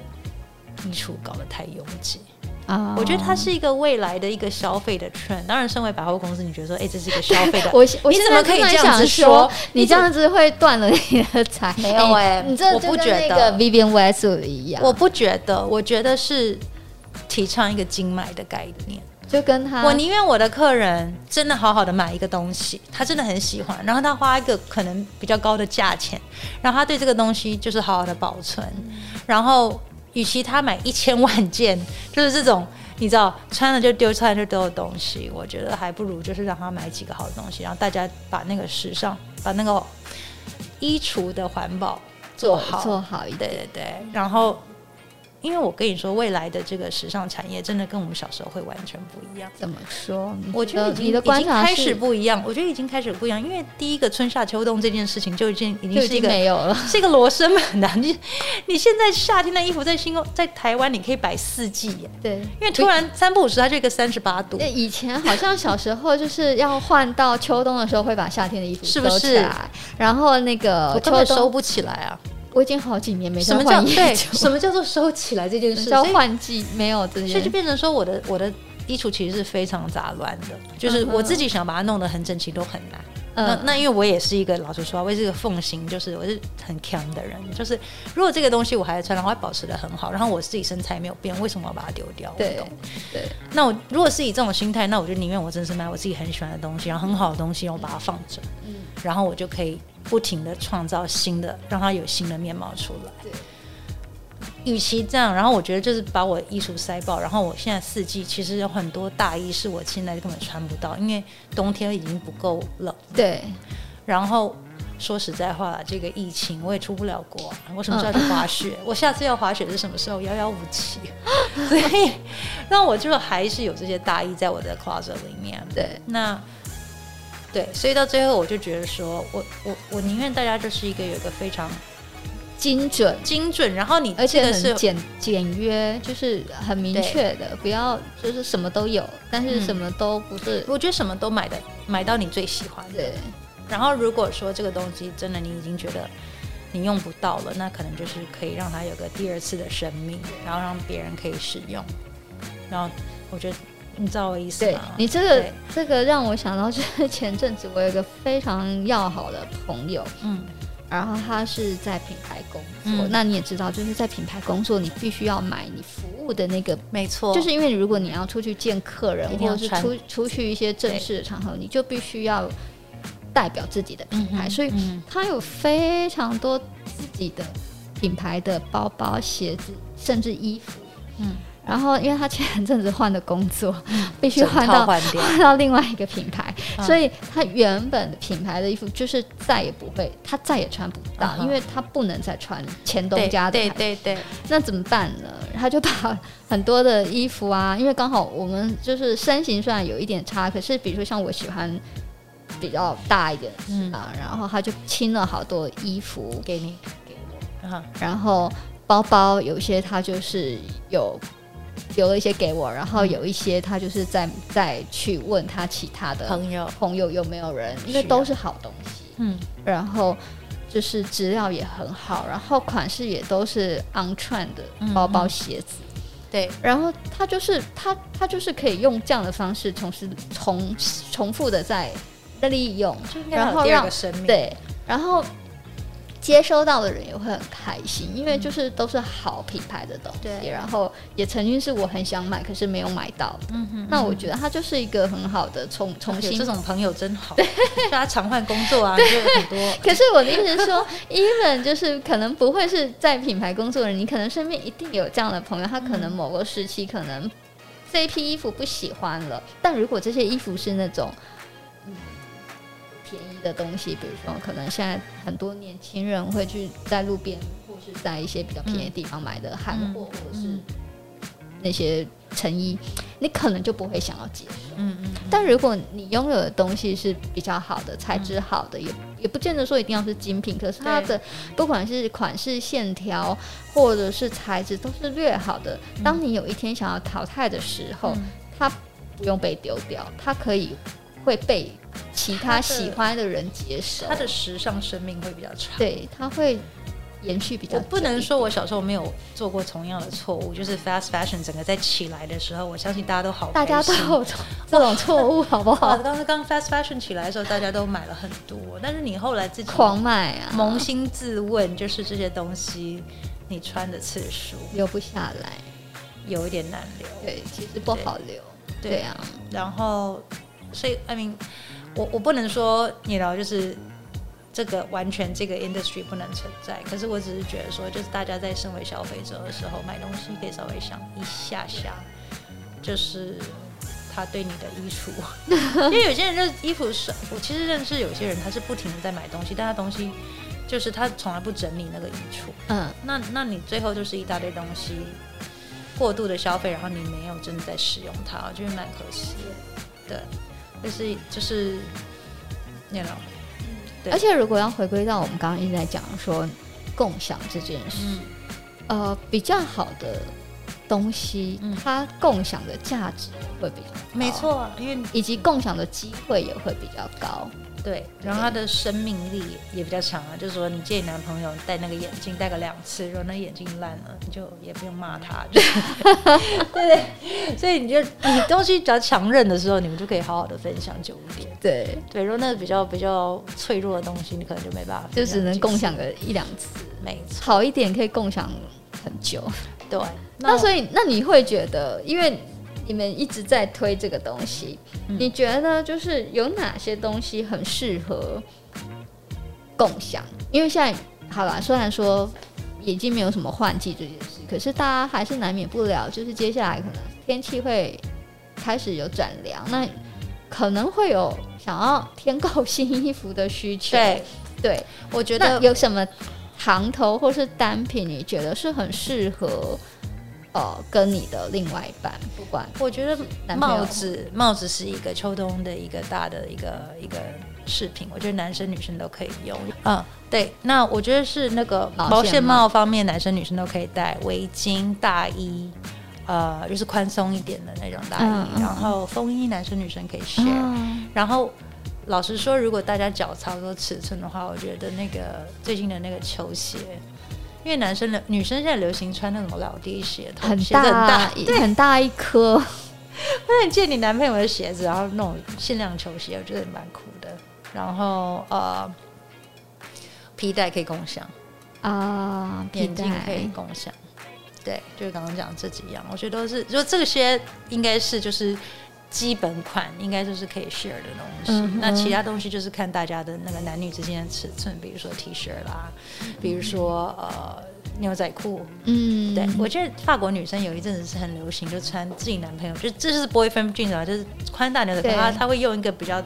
Speaker 2: 衣橱搞得太拥挤。
Speaker 1: 啊
Speaker 2: 我觉得它是一个未来的一个消费的 trend。当然，身为百货公司，你觉得说，哎、这是一个消费的，
Speaker 1: 我现我
Speaker 2: 你
Speaker 1: 现
Speaker 2: 怎
Speaker 1: 在
Speaker 2: 么可以
Speaker 1: 真的
Speaker 2: 这样
Speaker 1: 想
Speaker 2: 子
Speaker 1: 说
Speaker 2: 说？
Speaker 1: 你这样子会断了你的财。
Speaker 2: 没有哎
Speaker 1: 你这
Speaker 2: 我
Speaker 1: 就
Speaker 2: 不
Speaker 1: 跟
Speaker 2: 觉
Speaker 1: 那
Speaker 2: 得
Speaker 1: 个 Vivian Westwood 一样，
Speaker 2: 我不觉得，我觉得是提倡一个精买的概念。
Speaker 1: 就跟他
Speaker 2: 我宁愿我的客人真的好好的买一个东西，他真的很喜欢，然后他花一个可能比较高的价钱，然后他对这个东西就是好好的保存，然后与其他买一千万件，就是这种。你知道穿了就丢，穿了就丢的东西，我觉得还不如就是让他买几个好的东西，然后大家把那个时尚，把那个衣橱的环保做
Speaker 1: 做
Speaker 2: 好，
Speaker 1: 做好一
Speaker 2: 对
Speaker 1: 点，
Speaker 2: 对对，然后。因为我跟你说，未来的这个时尚产业真的跟我们小时候会完全不一样。
Speaker 1: 怎么说？你
Speaker 2: 我觉得已经
Speaker 1: 呃你的观察
Speaker 2: 已经开始
Speaker 1: 是
Speaker 2: 不一样，我觉得已经开始不一样。因为第一个春夏秋冬这件事情就已经已经
Speaker 1: 就是
Speaker 2: 一
Speaker 1: 已经
Speaker 2: 个
Speaker 1: 没有 了，
Speaker 2: 是一个罗生门的。你你现在夏天的衣服在新欧在台湾你可以摆四季耶，
Speaker 1: 对，
Speaker 2: 因为突然三不五时它就一个三十八度
Speaker 1: 那。以前好像小时候就是要换到秋冬的时候会把夏天的衣服
Speaker 2: 是不
Speaker 1: 收起
Speaker 2: 是
Speaker 1: 来，然后那个
Speaker 2: 我根
Speaker 1: 秋
Speaker 2: 本收
Speaker 1: 冬，
Speaker 2: 不起来啊！
Speaker 1: 我已经好几年没
Speaker 2: 什
Speaker 1: 再
Speaker 2: 么叫
Speaker 1: 换衣
Speaker 2: 对？
Speaker 1: 服，
Speaker 2: 什么叫做收起来这 件事？
Speaker 1: 叫
Speaker 2: 所以
Speaker 1: 换季没有这
Speaker 2: 所以就
Speaker 1: 些，
Speaker 2: 变成说我的我的衣橱其实是非常杂乱的，就是
Speaker 1: 嗯哼
Speaker 2: 我自己想把它弄得很整齐都很难。
Speaker 1: 嗯嗯
Speaker 2: 呃那那因为我也是一个老实说话，我也是个奉行，就是我是很强的人，就是如果这个东西我还穿，然后还保持的很好，然后我自己身材没有变，为什么我要把它丢掉？我不
Speaker 1: 对
Speaker 2: 懂。
Speaker 1: 对，
Speaker 2: 那我如果是以这种心态，那我就宁愿我真是买我自己很喜欢的东西，然后很好的东西，然后把它放着，
Speaker 1: 嗯
Speaker 2: 然后我就可以不停的创造新的，让它有新的面貌出来。
Speaker 1: 对，
Speaker 2: 与其这样，然后我觉得就是把我衣橱塞爆，然后我现在四季其实有很多大衣是我现在根本穿不到，因为冬天已经不够冷。
Speaker 1: 对，
Speaker 2: 然后说实在话，这个疫情我也出不了国，我什么时候要去滑雪？
Speaker 1: 嗯
Speaker 2: 我下次要滑雪是什么时候？遥遥无期。 所以，那我就还是有这些大衣在我的 closet 里面。
Speaker 1: 对，
Speaker 2: 那对，所以到最后我就觉得说，我我我宁愿大家就是一个有一个非常
Speaker 1: 精准，
Speaker 2: 精准，然后你
Speaker 1: 而且
Speaker 2: 这个是
Speaker 1: 很简简约，就是很明
Speaker 2: 对
Speaker 1: 确的，不要就是什么都有，但是
Speaker 2: 嗯
Speaker 1: 什么都不是。
Speaker 2: 我觉得什么都买的，买到你最喜欢的。
Speaker 1: 对，
Speaker 2: 然后如果说这个东西真的你已经觉得你用不到了，那可能就是可以让它有个第二次的生命，然后让别人可以使用。然后我觉得你知道我意思
Speaker 1: 对
Speaker 2: 吗？
Speaker 1: 你这个
Speaker 2: 啊对
Speaker 1: 这个让我想到，就是 前阵子我有一个非常要好的朋友，
Speaker 2: 嗯
Speaker 1: 然后他是在品牌工作，
Speaker 2: 嗯
Speaker 1: 那你也知道，就是在品牌工作，你必须要买你服务的那个
Speaker 2: 没错，
Speaker 1: 就是因为如果你要出去见客人
Speaker 2: 哦一，定
Speaker 1: 或
Speaker 2: 要
Speaker 1: 者是
Speaker 2: 穿
Speaker 1: 出出去一些正式的场合，你就必须要代表自己的品牌，所以
Speaker 2: 嗯
Speaker 1: 他有非常多自己的品牌的包包、鞋子，甚至衣服。
Speaker 2: 嗯，
Speaker 1: 然后，因为他前阵子换的工作， 必须
Speaker 2: 整
Speaker 1: 换
Speaker 2: 套
Speaker 1: 到
Speaker 2: 换掉，
Speaker 1: 换到另外一个品牌，
Speaker 2: 嗯
Speaker 1: 所以他原本的品牌的衣服就是再也不会，他再也穿不到，
Speaker 2: 嗯哼
Speaker 1: 因为他不能再穿前东
Speaker 2: 对
Speaker 1: 家的
Speaker 2: 对
Speaker 1: 牌
Speaker 2: 对对，
Speaker 1: 那怎么办呢？他就把很多的衣服啊，因为刚好我们就是身形虽然有一点差，可是比如说像我喜欢比较大一点的
Speaker 2: 嗯，
Speaker 1: 啊，然后他就清了好多衣服，
Speaker 2: 给你给我啊，
Speaker 1: 然后包包有一些他就是有留了一些给我，然后有一些他就是再再去问他其他的
Speaker 2: 朋友，
Speaker 1: 朋友有没有人，因为
Speaker 2: 是啊
Speaker 1: 都是好东西，
Speaker 2: 嗯
Speaker 1: 然后就是质量也很好，然后款式也都是 on trend 的
Speaker 2: 嗯
Speaker 1: 包包
Speaker 2: 嗯
Speaker 1: 鞋子。
Speaker 2: 对，
Speaker 1: 然后他就是他他就是可以用这样的方式重是重重复的在利用，
Speaker 2: 就应该
Speaker 1: 然
Speaker 2: 有
Speaker 1: 后
Speaker 2: 第二
Speaker 1: 让
Speaker 2: 个生命，
Speaker 1: 对，然后接收到的人也会很开心，因为就是都是好品牌的东西，
Speaker 2: 对
Speaker 1: 然后也曾经是我很想买可是没有买到的。
Speaker 2: 嗯哼，
Speaker 1: 那我觉得它就是一个很好的重重
Speaker 2: 有
Speaker 1: 新
Speaker 2: 这种朋友真 好，就他常换工作啊，就有很多。
Speaker 1: 可是我的意思是说，even 就是可能不会是在品牌工作的人，你可能身边一定有这样的朋友，他可能某个时期可能这一批衣服不喜欢了，但如果这些衣服是那种。嗯便宜的东西，比如说，可能现在很多年轻人会去在路边或是在一些比较便宜的地方买的韩货，或者是那些成衣，你可能就不会想要接受。
Speaker 2: 嗯嗯，
Speaker 1: 但如果你拥有的东西是比较好的、材
Speaker 2: 嗯
Speaker 1: 质好的，也也不见得说一定要是精品，可是它的不管是款式、线条或者是材质都是略好的。当你有一天想要淘汰的时候，
Speaker 2: 嗯
Speaker 1: 它不用被丢掉，它可以会被其他
Speaker 2: 它的
Speaker 1: 喜欢的人接受
Speaker 2: 他，的时尚生命会比较长。
Speaker 1: 对，它会延续比较
Speaker 2: 我
Speaker 1: 久。
Speaker 2: 不能说我小时候没有做过同样的错误，就是 fast fashion 整个在起来的时候，我相信大家都好
Speaker 1: 大
Speaker 2: 开心，
Speaker 1: 家都有这种错误，好不
Speaker 2: 哇，
Speaker 1: 好？
Speaker 2: 当时刚 fast fashion 起来的时候，大家都买了很多，但是你后来自己
Speaker 1: 狂买啊，
Speaker 2: 扪心自问，就是这些东西你穿的次数
Speaker 1: 留不下来，
Speaker 2: 有一点难留。
Speaker 1: 对，其实不
Speaker 2: 对
Speaker 1: 好留，
Speaker 2: 对
Speaker 1: 对啊。
Speaker 2: 然后，所以 I mean，我我不能说你知道，就是这个完全这个 industry 不能存在，可是我只是觉得说，就是大家在身为消费者的时候买东西，可以稍微想一下下，就是。他对你的衣橱，因为有些人就是衣服是，我其实认识有些人，他是不停的在买东西，但他东西就是他从来不整理那个衣橱，
Speaker 1: 嗯，
Speaker 2: 那那你最后就是一大堆东西过度的消费，然后你没有真的在使用它，我觉得蛮可惜的。对，就是就是那种对
Speaker 1: 而且如果要回归到我们刚刚一直在讲说共享这件事，
Speaker 2: 嗯
Speaker 1: 呃，比较好的东西，
Speaker 2: 嗯
Speaker 1: 它共享的价值会比较高，
Speaker 2: 没，错啊，因为
Speaker 1: 以及共享的机会也会比较高。
Speaker 2: 对，然后他的生命力也比较强啊，就是说你见你男朋友戴那个眼镜戴个两次，如果那眼镜烂了，你就也不用骂他，就是 对对，所以你就嗯你东西比较强韧的时候，你们就可以好好的分享久一点。
Speaker 1: 对，
Speaker 2: 对，如果那个比较比较脆弱的东西，你可能就没办法
Speaker 1: 就
Speaker 2: 分享几次，
Speaker 1: 只能共享个一两次，
Speaker 2: 没错，
Speaker 1: 好一点可以共享很久。
Speaker 2: 对，
Speaker 1: 那
Speaker 2: 以
Speaker 1: 所以，那你会觉得，因为你们一直在推这个东西，
Speaker 2: 嗯
Speaker 1: 你觉得就是有哪些东西很适合共享？因为现在好啦，虽然说已经没有什么换季这件事，可是大家还是难免不了，就是接下来可能天气会开始有转凉，那可能会有想要添购新衣服的需求。
Speaker 2: 对，
Speaker 1: 对，
Speaker 2: 我觉
Speaker 1: 那
Speaker 2: 得
Speaker 1: 有什么行头或是单品，你觉得是很适合呃跟你的另外一半，不管
Speaker 2: 我觉得
Speaker 1: 男朋友
Speaker 2: 帽子帽子是一个秋冬的一个大的一个一个饰品，我觉得男生女生都可以用。嗯，对。那我觉得是那个
Speaker 1: 保险
Speaker 2: 保险
Speaker 1: 帽
Speaker 2: 帽方面，男生女生都可以戴围巾、大衣，呃，就是宽松一点的那种大衣，
Speaker 1: 嗯嗯
Speaker 2: 然后风衣男生女生可以 share，、
Speaker 1: 嗯
Speaker 2: 然后。老实说，如果大家脚差不多尺寸的话，我觉得那个最近的那个球鞋，因为男生的女生现在流行穿那种老爹鞋，头
Speaker 1: 很
Speaker 2: 鞋子很
Speaker 1: 大
Speaker 2: 大，
Speaker 1: 一很大一颗，
Speaker 2: 那你借你男朋友的鞋子，然后那种限量球鞋，我觉得蛮酷的。然后呃，皮带可以共享，
Speaker 1: 啊，皮
Speaker 2: 眼镜可以
Speaker 1: 带
Speaker 2: 共享，对，就是刚刚讲这几样，我觉得都是就这些应该是就是基本款，应该就是可以 share 的东西。
Speaker 1: 嗯哼
Speaker 2: 那其他东西就是看大家的那个男女之间的尺寸，比如说 T 恤啦，比如说呃牛仔裤，
Speaker 1: 嗯，
Speaker 2: 对，我觉得法国女生有一阵子是很流行，就穿自己男朋友，就这就是 boyfriend jeans 啊，就是宽大牛仔裤，
Speaker 1: 对
Speaker 2: 她她会用一个比较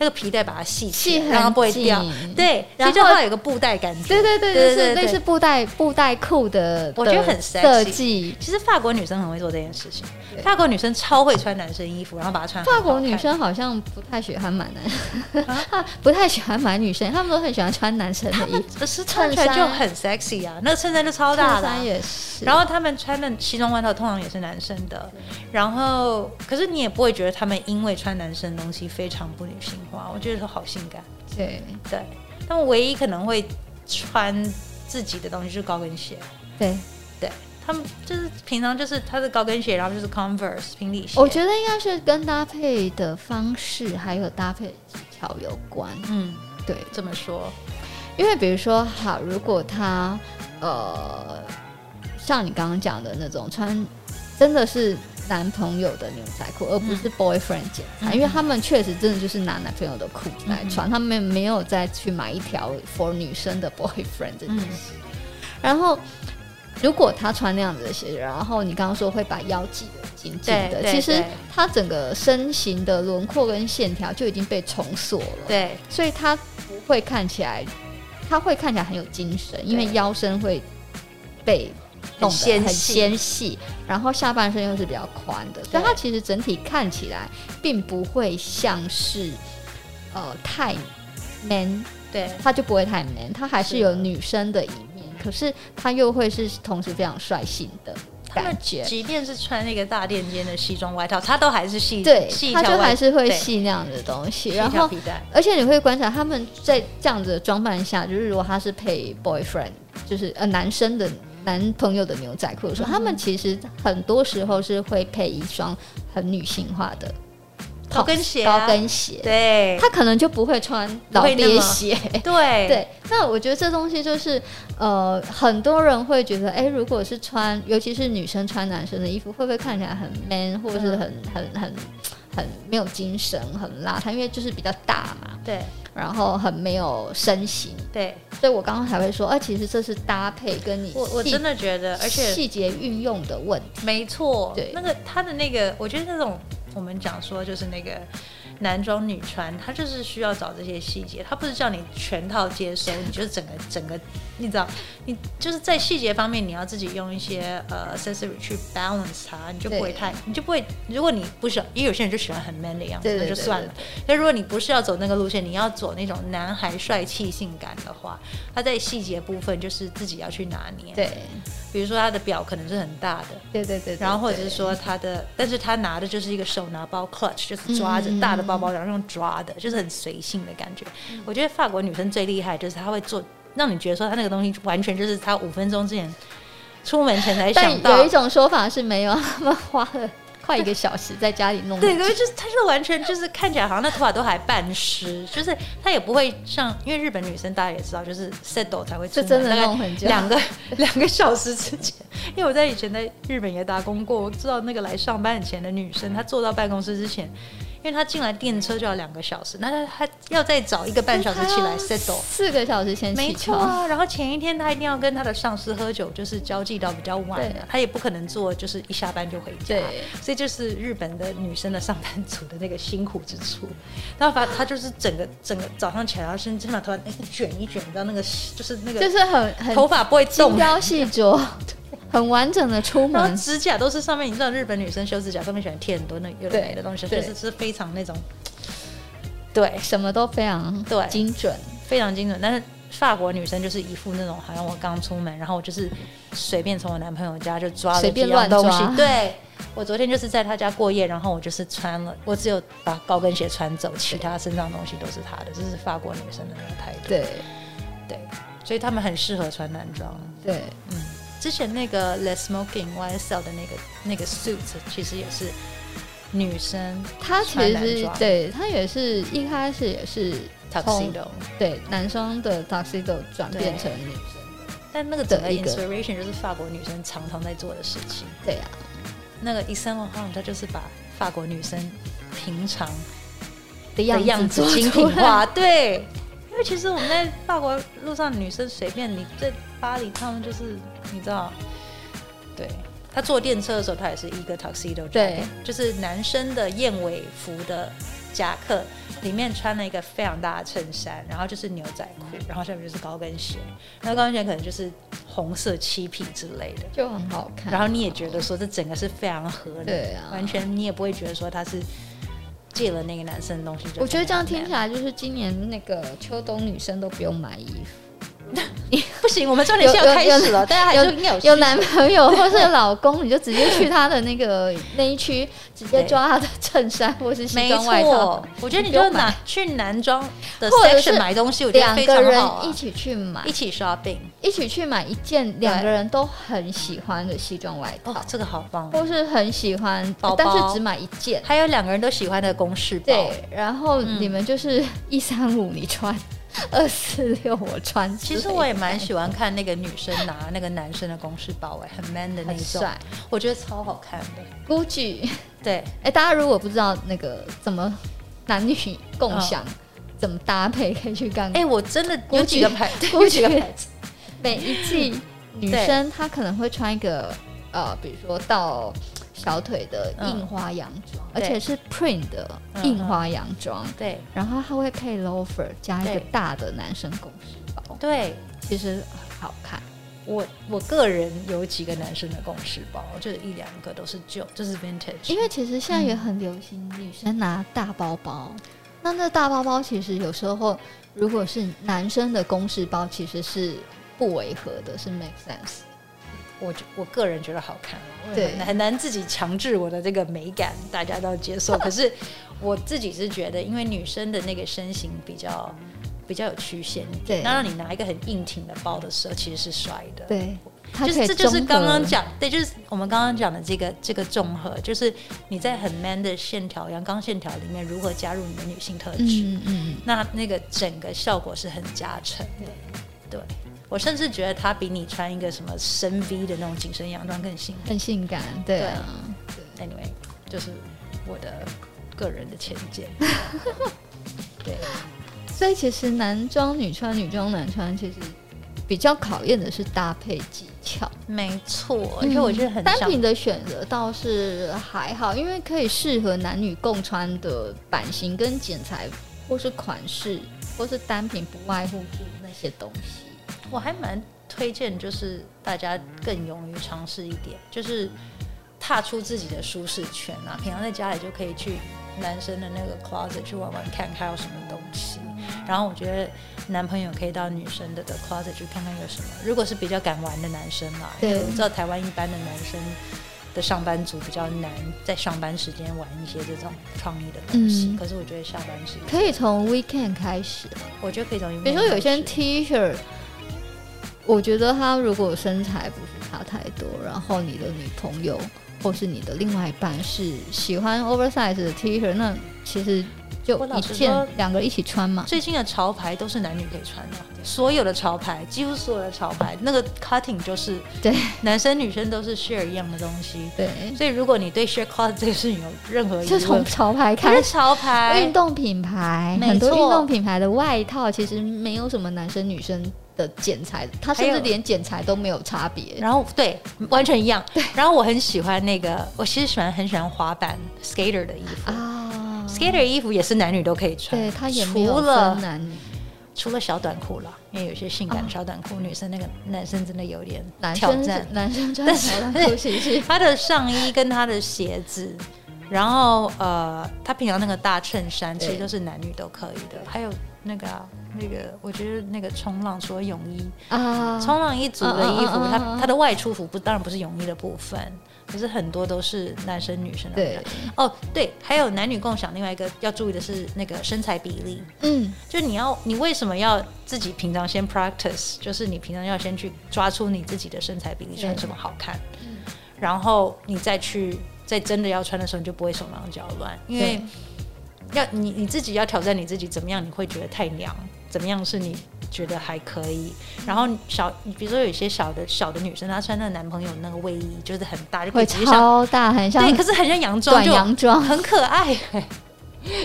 Speaker 2: 那个皮带把它系起
Speaker 1: 系
Speaker 2: 来，
Speaker 1: 很
Speaker 2: 让它不会
Speaker 1: 紧
Speaker 2: 掉。对，
Speaker 1: 然
Speaker 2: 然
Speaker 1: 后
Speaker 2: 后它有个布带感觉。
Speaker 1: 对对对，
Speaker 2: 对
Speaker 1: 就是
Speaker 2: 对对
Speaker 1: 类似布袋布袋裤的，
Speaker 2: 我觉得
Speaker 1: 的
Speaker 2: 很
Speaker 1: 设
Speaker 2: sexy
Speaker 1: 计。
Speaker 2: 其实法国女生很会做这件事情
Speaker 1: 对，
Speaker 2: 法国女生超会穿男生衣服，然后把它穿很
Speaker 1: 法
Speaker 2: 嗯好看。
Speaker 1: 国女生好像不太喜欢买 男，啊 不太喜欢买女生，她们都很喜欢穿男生的衣服，
Speaker 2: 可是穿起来
Speaker 1: 衬衫
Speaker 2: 就很 sexy 啊，那个衬衫就超大
Speaker 1: 衬
Speaker 2: 的啊、
Speaker 1: 衫也是。
Speaker 2: 然后他们穿的西装外套通常也是男生的，然后可是你也不会觉得他们因为穿男生的东西非常不女性化，我觉得都好性感。
Speaker 1: 对
Speaker 2: 对，但我唯一可能会穿自己的东西就是高跟鞋。
Speaker 1: 对，
Speaker 2: 对他们就是平常就是他的高跟鞋，然后就是 Converse 平底鞋。
Speaker 1: 我觉得应该是跟搭配的方式还有搭配技巧有关。
Speaker 2: 嗯，
Speaker 1: 对，
Speaker 2: 这么说，
Speaker 1: 因为比如说，好，如果他呃，像你刚刚讲的那种穿，真的是男朋友的牛仔裤，而不是 boyfriend 剪裁，
Speaker 2: 嗯
Speaker 1: 因为他们确实真的就是拿男朋友的裤子来穿，他们没有再去买一条 for 女生的 boyfriend 这件
Speaker 2: 嗯
Speaker 1: 事。然后，如果他穿那样子的鞋，然后你刚刚说会把腰系得紧紧的
Speaker 2: 对，对
Speaker 1: 其实
Speaker 2: 对
Speaker 1: 他整个身形的轮廓跟线条就已经被重塑了。
Speaker 2: 对
Speaker 1: 所以他不会看起来，他会看起来很有精神，因为腰身会被弄得
Speaker 2: 很纤
Speaker 1: 很
Speaker 2: 细
Speaker 1: 纤细，然后下半身又是比较宽的，但它其实整体看起来并不会像是呃太 man，
Speaker 2: 对
Speaker 1: 它就不会太 man，它还是
Speaker 2: 是
Speaker 1: 有女生的一面，可是它又会是同时非常率性的
Speaker 2: 他
Speaker 1: 感
Speaker 2: 们
Speaker 1: 觉。
Speaker 2: 即便是穿那个大垫肩的西装外套，他都还是系
Speaker 1: 对
Speaker 2: 系，一
Speaker 1: 它
Speaker 2: 条
Speaker 1: 就
Speaker 2: 外
Speaker 1: 还是会
Speaker 2: 对
Speaker 1: 系那样的东西，
Speaker 2: 系
Speaker 1: 然
Speaker 2: 一
Speaker 1: 后
Speaker 2: 条皮带。
Speaker 1: 而且你会观察他们在这样子的装扮下，就是如果他是配 boyfriend，就是呃男生的男朋友的牛仔裤的
Speaker 2: 嗯
Speaker 1: 时候，他们其实很多时候是会配一双很女性化的 pumps，
Speaker 2: 高跟鞋啊
Speaker 1: 高跟鞋，
Speaker 2: 对
Speaker 1: 他可能就不会穿老
Speaker 2: 不会那
Speaker 1: 爹
Speaker 2: 么
Speaker 1: 鞋。
Speaker 2: 对
Speaker 1: 哎对，那我觉得这东西就是，呃，很多人会觉得，哎，如果是穿，尤其是女生穿男生的衣服，会不会看起来很 man，或者是
Speaker 2: 嗯
Speaker 1: 很很很很没有精神，很邋遢？因为就是比较大嘛，
Speaker 2: 对
Speaker 1: 然后很没有身形，
Speaker 2: 对，
Speaker 1: 所以我刚刚才会说，哎、其实这是搭配跟你
Speaker 2: 我我
Speaker 1: 细
Speaker 2: 真的觉得，而且
Speaker 1: 细节运用的问题，
Speaker 2: 没错，
Speaker 1: 对
Speaker 2: 那个他的那个，我觉得那种我们讲说就是那个男装女穿，他就是需要找这些细节，他不是叫你全套接收，你就是整个整个，你知道，你就是在细节方面你要自己用一些呃 accessory 去 balance 它，你就不
Speaker 1: 对
Speaker 2: 会太，你就不会，如果你不喜欢，因为有些人就喜欢很 man 的样子，
Speaker 1: 对对
Speaker 2: 那就
Speaker 1: 对
Speaker 2: 算
Speaker 1: 对
Speaker 2: 了。但如果你不是要走那个路线，你要走那种男孩帅气性感的话，他在细节部分就是自己要去拿捏。
Speaker 1: 对
Speaker 2: 比如说他的表可能是很大的，
Speaker 1: 对对对对
Speaker 2: 然后或者是说他的，但是他拿的就是一个手拿包 clutch，就是抓着
Speaker 1: 嗯
Speaker 2: 大的包包，然后用抓的，就是很随性的感觉。我觉得法国女生最厉害就是她会做，让你觉得说她那个东西完全就是她五分钟之前出门前才
Speaker 1: 但
Speaker 2: 想到嗯
Speaker 1: 有一，种说法是没有，他们花了快一个小时在家里弄。
Speaker 2: 对，可是就是她是完全就是看起来好像那头发都还半湿，就是她也不会像，因为日本女生大家也知道，就是 settle 才会出
Speaker 1: 这
Speaker 2: 门，
Speaker 1: 真的
Speaker 2: 大概
Speaker 1: 弄很久。
Speaker 2: 两个 两个小时之前，因为我在以前在日本也打工过，我知道那个来上班以前的女生，她坐到办公室之前，因为她进来电车就要两个小时，那她她要再早一个半小时起来
Speaker 1: 啊
Speaker 2: settle。
Speaker 1: 四个小时前
Speaker 2: 没
Speaker 1: 起
Speaker 2: 错
Speaker 1: 床，
Speaker 2: 啊，然后前一天她一定要跟她的上司喝酒，就是交际到比较晚
Speaker 1: 对
Speaker 2: 的，她也不可能做就是一下班就回家。
Speaker 1: 对，
Speaker 2: 所以就是日本的女生的上班族的那个辛苦之处。然后把她就是整个整个早上起来，然后先先把头发哎卷一卷，你知道那个就是那个
Speaker 1: 就是很很
Speaker 2: 头发不会动
Speaker 1: 精，雕细琢，很完整的出
Speaker 2: 然后
Speaker 1: 门。
Speaker 2: 指甲都是上面，你知道日本女生修指甲上面喜欢贴很多那有的没的东西，
Speaker 1: 对
Speaker 2: 就是是非常那种，对，
Speaker 1: 什么都非常
Speaker 2: 对
Speaker 1: 精准，
Speaker 2: 非常精准。但是法国女生就是一副那种，好像我刚出门，然后我就是随便从我男朋友家就抓了
Speaker 1: 随便
Speaker 2: 几样东西
Speaker 1: 乱抓。
Speaker 2: 对，我昨天就是在他家过夜，然后我就是穿了，我只有把高跟鞋穿走，其他身上的东西都是他的，这是法国女生的那种态度。
Speaker 1: 对
Speaker 2: 对，所以他们很适合穿男装。
Speaker 1: 对，
Speaker 2: 之前那个 Les Smoking YSL 的那个那个 suit，其实也是女生
Speaker 1: 他其
Speaker 2: 穿
Speaker 1: 实
Speaker 2: 男
Speaker 1: 是
Speaker 2: 装
Speaker 1: 对他也是一开始也是
Speaker 2: tuxedo，
Speaker 1: 对男生的 tuxedo 转
Speaker 2: 对
Speaker 1: 变成女生，
Speaker 2: 但那个整个
Speaker 1: 的一个
Speaker 2: inspiration 就是法国女生常常在做的事情。
Speaker 1: 对啊，
Speaker 2: 那个 e s a n l o h a n 它就是把法国女生平常
Speaker 1: 的
Speaker 2: 的
Speaker 1: 样
Speaker 2: 样
Speaker 1: 子
Speaker 2: 子
Speaker 1: 做
Speaker 2: 精
Speaker 1: 出
Speaker 2: 品
Speaker 1: 来
Speaker 2: 化，对。因为其实我们在法国路上，女生随便你在巴黎，她们就是你知道，对。她坐电车的时候，她也是一个 tuxedo，
Speaker 1: 对，
Speaker 2: 就是男生的燕尾服的夹克，里面穿了一个非常大的衬衫，然后就是牛仔裤，然后下面就是高跟鞋，那高跟鞋可能就是红色漆皮之类的。
Speaker 1: 就很好看。
Speaker 2: 然后你也觉得说这整个是非常合理，
Speaker 1: 对啊
Speaker 2: 完全你也不会觉得说他是借了那个男生的东西就。
Speaker 1: 我觉得这样听起来，就是今年那个秋冬女生都不用买衣服，
Speaker 2: 不行，我们重点是要
Speaker 1: 有有
Speaker 2: 开始了，大家还是应该有
Speaker 1: 有
Speaker 2: 需
Speaker 1: 男朋友 或是老公，你就直接去他的那 个那一区，直接抓他的衬衫或是西
Speaker 2: 没
Speaker 1: 装外套
Speaker 2: 错，，我觉得你
Speaker 1: 不用
Speaker 2: 就拿去男装的
Speaker 1: 或者是
Speaker 2: section 买东西，我觉得
Speaker 1: 两
Speaker 2: 非
Speaker 1: 个
Speaker 2: 常
Speaker 1: 人
Speaker 2: 好啊
Speaker 1: 一起去买
Speaker 2: 一，起 shopping，
Speaker 1: 一起去买一件两个人都很喜欢的西装外套
Speaker 2: 哦，，这个好棒。
Speaker 1: 或是很喜欢，
Speaker 2: 包包
Speaker 1: 但是只买一件。
Speaker 2: 还有两个人都喜欢的公式包，
Speaker 1: 对，然后
Speaker 2: 嗯
Speaker 1: 你们就是一三五你穿，二四六我穿之类
Speaker 2: 其
Speaker 1: 的。
Speaker 2: 实我也蛮喜欢看那个女生拿那个男生的公式包，哎，很 man 的那
Speaker 1: 很
Speaker 2: 种，
Speaker 1: 帅
Speaker 2: 我觉得超好看的。
Speaker 1: ，GUCCI。
Speaker 2: 对，
Speaker 1: 哎、大家如果不知道那个怎么男女共享、怎么搭配，可以去看。
Speaker 2: 嗯哎，我真的有
Speaker 1: Gucci
Speaker 2: 几个牌，对
Speaker 1: Gucci
Speaker 2: 有几个牌子，
Speaker 1: 每一季女生她可能会穿一个呃，比如说到小腿的印花洋装，而
Speaker 2: 嗯对嗯
Speaker 1: 且是 print 的印花洋装。
Speaker 2: 对
Speaker 1: 然后她会配 loafer 加一个
Speaker 2: 对
Speaker 1: 大的男生公式包，
Speaker 2: 对，
Speaker 1: 其实很好看。
Speaker 2: 我我个人有几个男生的公事包，就是一两个都是旧，就是 vintage。
Speaker 1: 因为其实现在也很流行女生拿大包包，那那大包包其实有时候如果是男生的公事包，其实是不违和的，是 make sense。
Speaker 2: 我觉我个人觉得好看，啊我
Speaker 1: 对
Speaker 2: 也很难很难自己强制我的这个美感，大家都接受。可是我自己是觉得，因为女生的那个身形比较比较有曲线一
Speaker 1: 对
Speaker 2: 点，那让你拿一个很硬挺的包的时候，其实是帅的。
Speaker 1: 对，它
Speaker 2: 就
Speaker 1: 可以
Speaker 2: 是这就是
Speaker 1: 综合
Speaker 2: 刚刚讲，对，就是我们刚刚讲的这个这个综合，就是你在很 man 的线条、阳刚线条里面，如何加入你的女性特质。
Speaker 1: 嗯嗯嗯，
Speaker 2: 那那个整个效果是很加成的。对我甚至觉得它比你穿一个什么深 V 的那种紧身洋装更性感。
Speaker 1: 很性感，对啊。
Speaker 2: Anyway，就是我的个人的浅见。对，
Speaker 1: 所以其实男装女穿、女装男穿，其实比较考验的是搭配技巧。
Speaker 2: 没错，
Speaker 1: 嗯
Speaker 2: 而且我觉得很
Speaker 1: 单
Speaker 2: 想
Speaker 1: 品的选择倒是还好，因为可以适合男女共穿的版型跟剪裁，或是款式，或是单品，不外乎就是那些东西。
Speaker 2: 我还蛮推荐，就是大家更勇于尝试一点，就是踏出自己的舒适圈啊。平常在家里就可以去男生的那个 closet 去玩玩看，看有什么东西。然后我觉得男朋友可以到女生的的 closet 去看看有什么。如果是比较敢玩的男生啦，
Speaker 1: 对
Speaker 2: 因为我知道台湾一般的男生的上班族比较难在上班时间玩一些这种创意的东西。
Speaker 1: 嗯
Speaker 2: 可是我觉得下班是，
Speaker 1: 可以从 weekend 开始，啊
Speaker 2: 我觉得可以从
Speaker 1: 比如说有些人
Speaker 2: 提
Speaker 1: T 恤，我觉得他如果身材不是差太多，然后你的女朋友或是你的另外一半是喜欢 oversize 的 T 恤，那其实就
Speaker 2: 我
Speaker 1: 一
Speaker 2: 老实
Speaker 1: 件
Speaker 2: 说
Speaker 1: 两个一起穿嘛。
Speaker 2: 最近的潮牌都是男女可以穿的，所有的潮牌，几乎所有的潮牌，那个 cutting 就是
Speaker 1: 对
Speaker 2: 男生女生都是 share 一样的东西。
Speaker 1: 对，
Speaker 2: 所以如果你对 share closet 这个事情有任何疑
Speaker 1: 就从
Speaker 2: 问，
Speaker 1: 潮牌
Speaker 2: 它
Speaker 1: 开
Speaker 2: 是
Speaker 1: 始。
Speaker 2: 潮牌
Speaker 1: 运动品牌，
Speaker 2: 没
Speaker 1: 很多运
Speaker 2: 错
Speaker 1: 动品牌的外套其实没有什么男生女生的剪裁，它甚
Speaker 2: 还
Speaker 1: 至
Speaker 2: 有
Speaker 1: 连剪裁都没有差别。
Speaker 2: 然后对，完全一样。然后我很喜欢那个，我其实喜欢很喜欢滑板 skater 的衣服、
Speaker 1: 啊
Speaker 2: s k a t e r 衣服也是男女都可以穿，
Speaker 1: 对，它也没有
Speaker 2: 除
Speaker 1: 分
Speaker 2: 了
Speaker 1: 男女，
Speaker 2: 除了小短裤了，因为有些性感小短裤，女生那个男生真的有点
Speaker 1: 男
Speaker 2: 挑
Speaker 1: 生
Speaker 2: 战。
Speaker 1: 男生穿
Speaker 2: 但是
Speaker 1: 潮短裤其实
Speaker 2: 他的上衣跟他的鞋子，然后呃，他平常那个大衬衫
Speaker 1: 对
Speaker 2: 其实都是男女都可以的，还有那个啊、那个，我觉得那个冲浪除了泳衣，
Speaker 1: 啊，
Speaker 2: 冲浪一族的衣服，
Speaker 1: 嗯嗯嗯嗯
Speaker 2: 它它的外出服不当然不是泳衣的部分，可是很多都是男生女生的。
Speaker 1: 对，
Speaker 2: 哦，对，还有男女共享，另外一个要注意的是那个身材比例，
Speaker 1: 嗯，
Speaker 2: 就你要你为什么要自己平常先 practice，就是你平常要先去抓出你自己的身材比例，
Speaker 1: 对
Speaker 2: 穿什么好看
Speaker 1: 嗯，
Speaker 2: 然后你再去在真的要穿的时候，你就不会手忙脚乱，因为
Speaker 1: 对
Speaker 2: 要你你自己要挑战你自己，怎么样你会觉得太娘，怎么样是你觉得还可以。然后小，比如说有一些小的小的女生，她穿那个男朋友那个卫衣就是很大，就可
Speaker 1: 会
Speaker 2: 以直接像
Speaker 1: 超大，很像
Speaker 2: 对，可是很像洋装，
Speaker 1: 短
Speaker 2: 就
Speaker 1: 洋装，
Speaker 2: 哦 很可爱、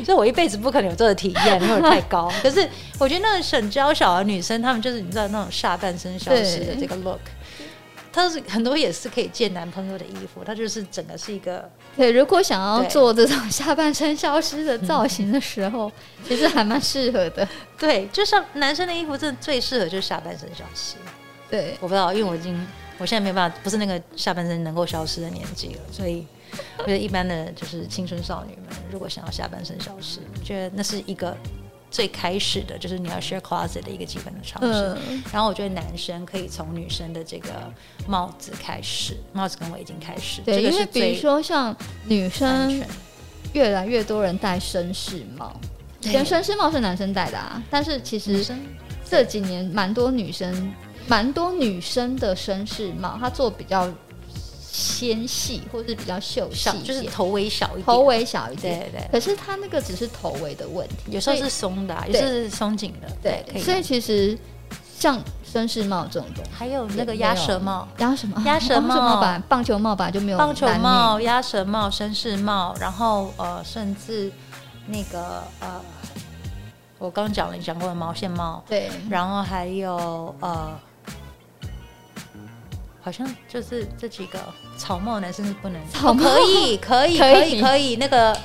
Speaker 2: 所以我一辈子不可能有这个体验，因为我太高。可是我觉得那个很娇小的女生，她们就是你知道那种下半身消失的
Speaker 1: 对
Speaker 2: 这个 look，她是很多也是可以借男朋友的衣服，她就是整个是一个
Speaker 1: 对，如果想要
Speaker 2: 对
Speaker 1: 做这种下半身消失的造型的时候，
Speaker 2: 嗯
Speaker 1: 其实还蛮适合的。
Speaker 2: 对，就像男生的衣服，真的最适合就是下半身消失。
Speaker 1: 对，
Speaker 2: 我不知道，因为我已经我现在没有办法，不是那个下半身能够消失的年纪了，所以我觉得一般的就是青春少女们，如果想要下半身消失，我觉得那是一个最开始的，就是你要 share closet 的一个基本的常识。
Speaker 1: 嗯，
Speaker 2: 然后我觉得男生可以从女生的这个帽子开始，帽子跟围巾开始，
Speaker 1: 对，
Speaker 2: 这个
Speaker 1: 因为
Speaker 2: 是
Speaker 1: 比如
Speaker 2: 最
Speaker 1: 说像女
Speaker 2: 安
Speaker 1: 生
Speaker 2: 全。
Speaker 1: 越来越多人戴绅士帽，以前
Speaker 2: 对
Speaker 1: 绅士帽是男生戴的啊，但是其
Speaker 2: 女
Speaker 1: 实
Speaker 2: 生
Speaker 1: 这几年蛮多女生，蛮多女生的绅士帽，它做比较纤细或是比较秀气
Speaker 2: 小
Speaker 1: 一点，
Speaker 2: 就是头围小一点，
Speaker 1: 头围小一点。
Speaker 2: 对对，
Speaker 1: 可是它那个只是头围的问题，
Speaker 2: 有时候
Speaker 1: 所以
Speaker 2: 是松的啊、有时候是松紧的，
Speaker 1: 对，
Speaker 2: 可以
Speaker 1: 所
Speaker 2: 的。
Speaker 1: 以其实像绅士帽这种东西，
Speaker 2: 还有那个鸭舌帽，
Speaker 1: 然后什么
Speaker 2: 鸭舌帽
Speaker 1: 吧、棒球帽吧就没有
Speaker 2: 棒球
Speaker 1: 男女
Speaker 2: 帽、鸭舌帽、绅士帽，然后呃，甚至那个呃，我刚讲了讲过的毛线帽，
Speaker 1: 对，
Speaker 2: 然后还有呃，好像就是这几个草帽男生是不能，哦
Speaker 1: 草帽
Speaker 2: 可以可 以
Speaker 1: 可
Speaker 2: 可
Speaker 1: 以
Speaker 2: 以可以那个。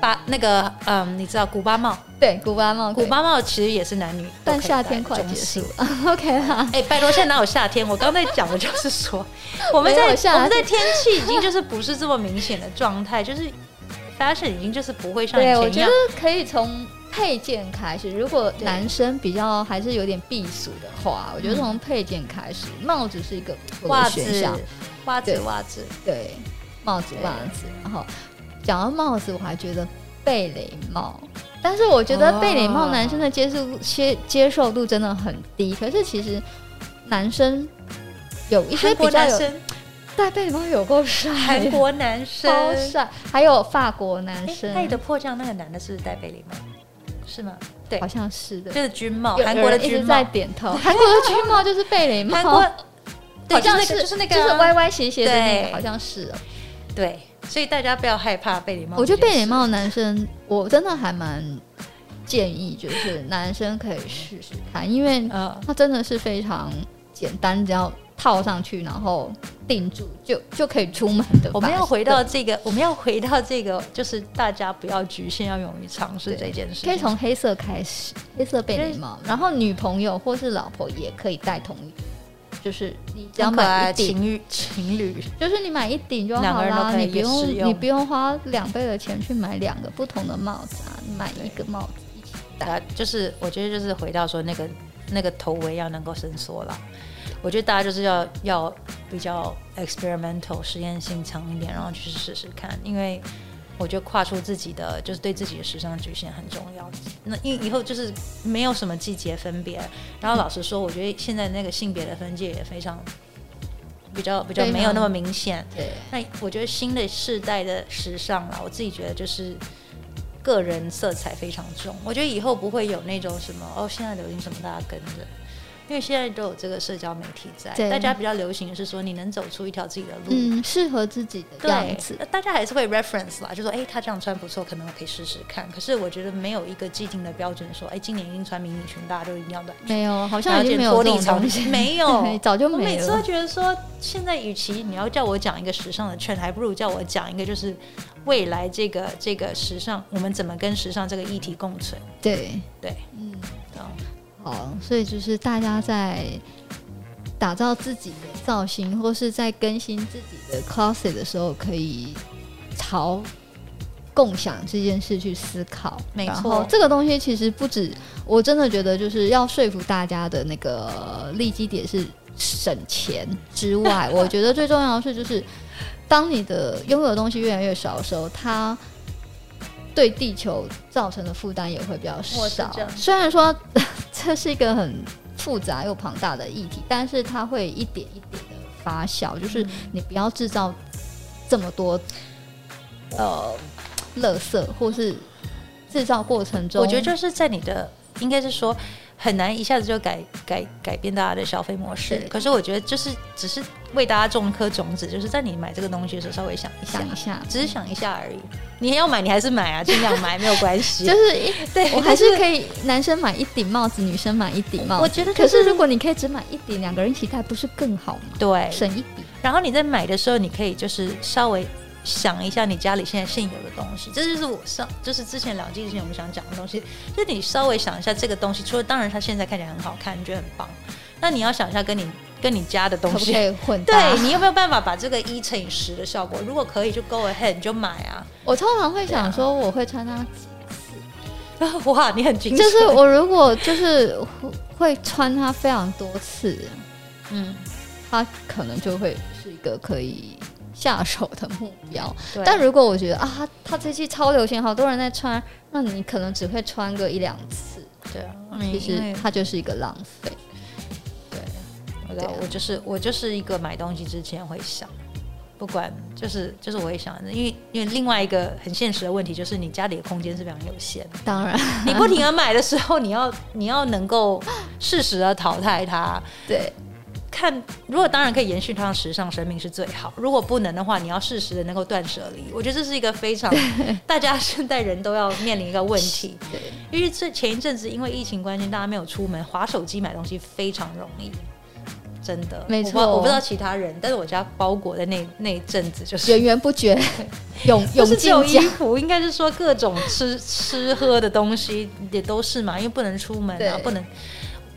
Speaker 2: 把那个嗯，你知道古巴帽，
Speaker 1: 对古巴帽，
Speaker 2: 古巴帽其实也是男女都可以戴的，
Speaker 1: 但夏天快结束
Speaker 2: 中性
Speaker 1: 了 ，OK 啦，
Speaker 2: 哎、拜托，现在哪有夏天？我刚才讲的就 是说，我们在
Speaker 1: 没有夏天
Speaker 2: 我们在天气已经就是不是这么明显的状态，就是 fashion 已经就是不会像以
Speaker 1: 对，我
Speaker 2: 前一
Speaker 1: 觉
Speaker 2: 样
Speaker 1: 得。可以从配件开始。如果男生比较还是有点避暑的话，我觉得从配件开始，帽子是一个不错
Speaker 2: 嗯袜
Speaker 1: 的
Speaker 2: 子
Speaker 1: 选项。，
Speaker 2: 袜
Speaker 1: 对
Speaker 2: 子，袜子，
Speaker 1: 对，帽子、
Speaker 2: 对
Speaker 1: 袜子。然后讲到帽子，我还觉得贝雷帽，但是我觉得贝雷帽
Speaker 2: 哦
Speaker 1: 男生的接受接接受度真的很低。可是其实男生有一些
Speaker 2: 韩
Speaker 1: 比
Speaker 2: 国
Speaker 1: 较
Speaker 2: 男
Speaker 1: 有
Speaker 2: 生，
Speaker 1: 戴贝雷帽有够帅，
Speaker 2: 韩 国男生，
Speaker 1: 超帅，还有法国男
Speaker 2: 哎，
Speaker 1: 生，
Speaker 2: 爱的迫降那个男的是不是戴贝雷帽？是吗？对
Speaker 1: 好，像是的
Speaker 2: 就。是军帽，
Speaker 1: 有
Speaker 2: 韩国的
Speaker 1: 有人一
Speaker 2: 军
Speaker 1: 直在
Speaker 2: 帽，
Speaker 1: 点头， 韩国的军帽就是贝雷帽，
Speaker 2: 韩国，对，
Speaker 1: 好像
Speaker 2: 就是那个就是那个
Speaker 1: 就是
Speaker 2: 啊
Speaker 1: 歪歪斜斜的那个，
Speaker 2: 对
Speaker 1: 好像是哦。
Speaker 2: 对，所以大家不要害怕贝雷帽。
Speaker 1: 我觉得贝雷，帽男生，我真的还蛮建议，就是男生可以试试看，因为
Speaker 2: 呃，
Speaker 1: 它真的是非常简单，只要套上去，然后定住就就可以出门的。
Speaker 2: 我们要回到这个，我们要回到这个，就是大家不要局限，要勇于尝试这件事情。
Speaker 1: 可以从黑色开始，黑色贝雷帽，然后女朋友或是老婆也可以戴同一，就是你只要
Speaker 2: 很可
Speaker 1: 买
Speaker 2: 爱
Speaker 1: 一顶，
Speaker 2: 情侣情侣，
Speaker 1: 就是你买一顶就
Speaker 2: 两
Speaker 1: 好
Speaker 2: 个人都
Speaker 1: 啦，
Speaker 2: 可以
Speaker 1: 你不
Speaker 2: 也适
Speaker 1: 用
Speaker 2: 用
Speaker 1: 你不用花两倍的钱去买两个不同的帽子啊，你买一个帽子一起大。
Speaker 2: 啊，就是我觉得就是回到说那个那个头围要能够伸缩了。我觉得大家就是要要比较 experimental 实验性强一点，然后去试试看，因为我觉得跨出自己的就是对自己的时尚局限很重要。那因以后就是没有什么季节分别，然后老实说，我觉得现在那个性别的分界也非常比较比较
Speaker 1: 非常
Speaker 2: 没有那么明显。
Speaker 1: 对，
Speaker 2: 那我觉得新的世代的时尚啦，我自己觉得就是个人色彩非常重。我觉得以后不会有那种什么哦，现在流行什么大家跟着，因为现在都有这个社交媒体在，
Speaker 1: 对
Speaker 2: 大家比较流行的是说你能走出一条自己的路。
Speaker 1: 嗯，适合自己的样
Speaker 2: 对
Speaker 1: 子，，
Speaker 2: 那大家还是会 reference 啦，就说哎、他这样穿不错，可能我可以试试看。可是我觉得没有一个既定的标准说，哎、今年一定穿迷你裙，大家都一定要短裙。
Speaker 1: 没有，好
Speaker 2: 好
Speaker 1: 像已经没有这种东西，
Speaker 2: 没有，
Speaker 1: 早就
Speaker 2: 我
Speaker 1: 没
Speaker 2: 每次
Speaker 1: 有
Speaker 2: 都。觉得说，现在与其你要叫我讲一个时尚的圈，还不如叫我讲一个就是未来这个这个时尚，我们怎么跟时尚这个议题共存？
Speaker 1: 对，
Speaker 2: 对，
Speaker 1: 嗯，
Speaker 2: 嗯
Speaker 1: 好，所以就是大家在打造自己的造型，或是在更新自己的 closet 的时候，可以朝共享这件事去思考。
Speaker 2: 没
Speaker 1: 然
Speaker 2: 错
Speaker 1: 后这个东西其实不止，我真的觉得就是要说服大家的那个立基点是省钱之 外，我觉得最重要的是就是。当你的拥有的东西越来越少的时候，它对地球造成的负担也会比较
Speaker 2: 我是
Speaker 1: 少
Speaker 2: 这。样
Speaker 1: 虽然说 这是一个很复杂又庞大的议题，但是它会一点一点的发酵，
Speaker 2: 嗯
Speaker 1: 就是你不要制造这么多呃垃圾，或是制造过程中，
Speaker 2: 我觉得就是在你的，应该是说很难一下子就改改改变大家的消费模式
Speaker 1: 对。
Speaker 2: 可是我觉得就是只是为大家种一颗种子，就是在你买这个东西的时候稍微想一下
Speaker 1: 想，一下，
Speaker 2: 只是想一下而已。你要买你还是买啊，尽量买没有关系。
Speaker 1: 就是一
Speaker 2: 对，
Speaker 1: 我还
Speaker 2: 但
Speaker 1: 是可以，男生买一顶帽子，女生买一顶帽子。
Speaker 2: 我觉得就
Speaker 1: 可是
Speaker 2: 是
Speaker 1: 如果你可以只买一顶，两个人一起戴，不是更好吗？
Speaker 2: 对，
Speaker 1: 省一笔。
Speaker 2: 然后你在买的时候，你可以就是稍微想一下你家里现在现有的东西，这就是我上就是之前两季之前我们想讲的东西，就是你稍微想一下这个东西，除了当然它现在看起来很好看，你觉得很棒，那你要想一下跟你跟你家的东
Speaker 1: 可不
Speaker 2: 西。
Speaker 1: 可以混搭？
Speaker 2: 对你有没有办法把这个一乘以十的效果？如果可以，就 go ahead，你就买啊！
Speaker 1: 我通常会想说，我会穿它，
Speaker 2: 哇，你很精
Speaker 1: 就
Speaker 2: 准，
Speaker 1: 是我如果就是会穿它非常多次，
Speaker 2: 嗯，
Speaker 1: 它可能就会是一个可以下手的目标。
Speaker 2: 对
Speaker 1: 但如果我觉得啊，它它这季超流行，好多人在穿，那你可能只会穿个一两次，
Speaker 2: 对啊，
Speaker 1: 其
Speaker 2: 因
Speaker 1: 实
Speaker 2: 为
Speaker 1: 它就是一个浪费。
Speaker 2: 对，我
Speaker 1: 对啊
Speaker 2: 我就是我就是一个买东西之前会想，不管就是就是我会想，因为因为另外一个很现实的问题就是你家里的空间是非常有限，
Speaker 1: 当然，
Speaker 2: 你不停的买的时候，你要 你要能够适时的淘汰它。
Speaker 1: 对，
Speaker 2: 看，如果当然可以延续它的时尚生命是最好，如果不能的话，你要适时的能够断舍离。我觉得这是一个 非常大家现代人都要面临一个问题，
Speaker 1: 对，
Speaker 2: 因为这前一阵子因为疫情关系，大家没有出门，划手机买东西非常容易，真的。
Speaker 1: 没
Speaker 2: 我不知
Speaker 1: 错
Speaker 2: 道我不知道其他人，但是我家包裹的那那一阵子就是
Speaker 1: 源。源不 绝，涌
Speaker 2: 不
Speaker 1: 涌
Speaker 2: 是只
Speaker 1: 进
Speaker 2: 有衣
Speaker 1: 家。
Speaker 2: 服，应该是说各种吃吃喝的东西也都是嘛，因为不能出门啊
Speaker 1: 对，
Speaker 2: 不能。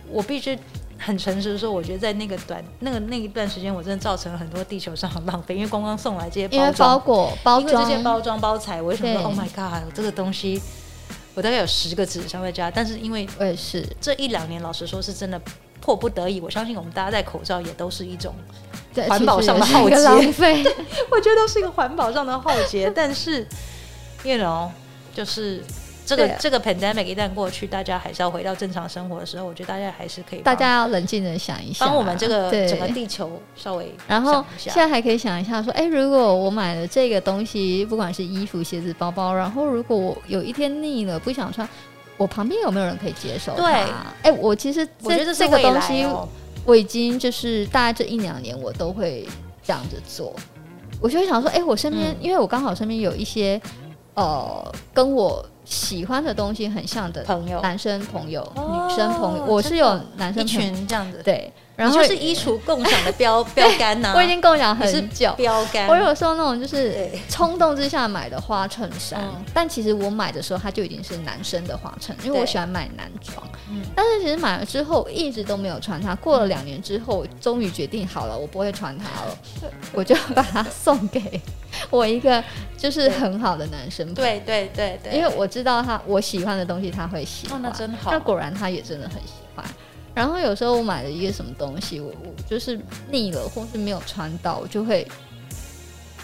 Speaker 2: 我必须很诚实的说，我觉得在那个短那个那一段时间，我真的造成了很多地球上的浪费，因为光光送来这些
Speaker 1: 因为包
Speaker 2: 包装，
Speaker 1: 裹包
Speaker 2: 因为这
Speaker 1: 装
Speaker 2: 些包装包材，我为什么说
Speaker 1: 对
Speaker 2: Oh my God，这个东西我大概有十个纸箱在家，但是因为
Speaker 1: 我也是，
Speaker 2: 这一两年，老实说是真的迫不得已。我相信我们大家戴口罩也都是一种，
Speaker 1: 对
Speaker 2: 环保上的
Speaker 1: 其实也是一个
Speaker 2: 浩劫
Speaker 1: 浪费。
Speaker 2: 我觉得都是一个环保上的浩 劫。但是，you know，就是这个、
Speaker 1: 对啊
Speaker 2: 这个 pandemic 一旦过去，大家还是要回到正常生活的时候，我觉得大家还啊是可以
Speaker 1: 大
Speaker 2: 帮
Speaker 1: 家要冷静的想一下，
Speaker 2: 帮我们这个
Speaker 1: 对
Speaker 2: 整个地球稍微
Speaker 1: 然后
Speaker 2: 想一
Speaker 1: 现
Speaker 2: 下。
Speaker 1: 在还可以想一下，说，哎，如果我买了这个东西，不管是衣服、鞋子、包包，然后如果我有一天腻了，不想穿，我旁边有没有人可以接受它？
Speaker 2: 对
Speaker 1: 哎，我其实
Speaker 2: 我觉得
Speaker 1: 这
Speaker 2: 是
Speaker 1: 个
Speaker 2: 未
Speaker 1: 东
Speaker 2: 来
Speaker 1: 西，
Speaker 2: 哦，
Speaker 1: 我已经就是大概这一两年，我都会这样子做。我就会想说，哎、我身边，
Speaker 2: 嗯
Speaker 1: 因为我刚好身边有一些，呃，跟我喜欢的东西很像的
Speaker 2: 朋友
Speaker 1: 男生朋友、
Speaker 2: 哦
Speaker 1: 女生朋友，我是
Speaker 2: 真
Speaker 1: 有
Speaker 2: 的
Speaker 1: 男
Speaker 2: 一
Speaker 1: 生朋友，
Speaker 2: 群这样子，
Speaker 1: 对，然后
Speaker 2: 你就是衣橱共享的 标标杆呐、
Speaker 1: 我已经跟我讲
Speaker 2: 你是
Speaker 1: 很久。
Speaker 2: 标杆，
Speaker 1: 我有时候那种就是
Speaker 2: 对
Speaker 1: 冲动之下买的花衬衫，
Speaker 2: 嗯
Speaker 1: 但其实我买的时候它就已经是男生的花衬，因为
Speaker 2: 对
Speaker 1: 我喜欢买男装。
Speaker 2: 嗯
Speaker 1: 但是其实买了之后一直都没有穿它，过了两年之后，我终于决定好了，我不会穿它了，我就把它送给 我一个就是很好的男生朋友，
Speaker 2: 对对对对，
Speaker 1: 因为我知道他我喜欢的东西他会喜
Speaker 2: 哦
Speaker 1: 欢，
Speaker 2: 那真好
Speaker 1: 那果然他也真的很喜欢。然后有时候我买了一个什么东西，我我就是腻了，或是没有穿到，我就会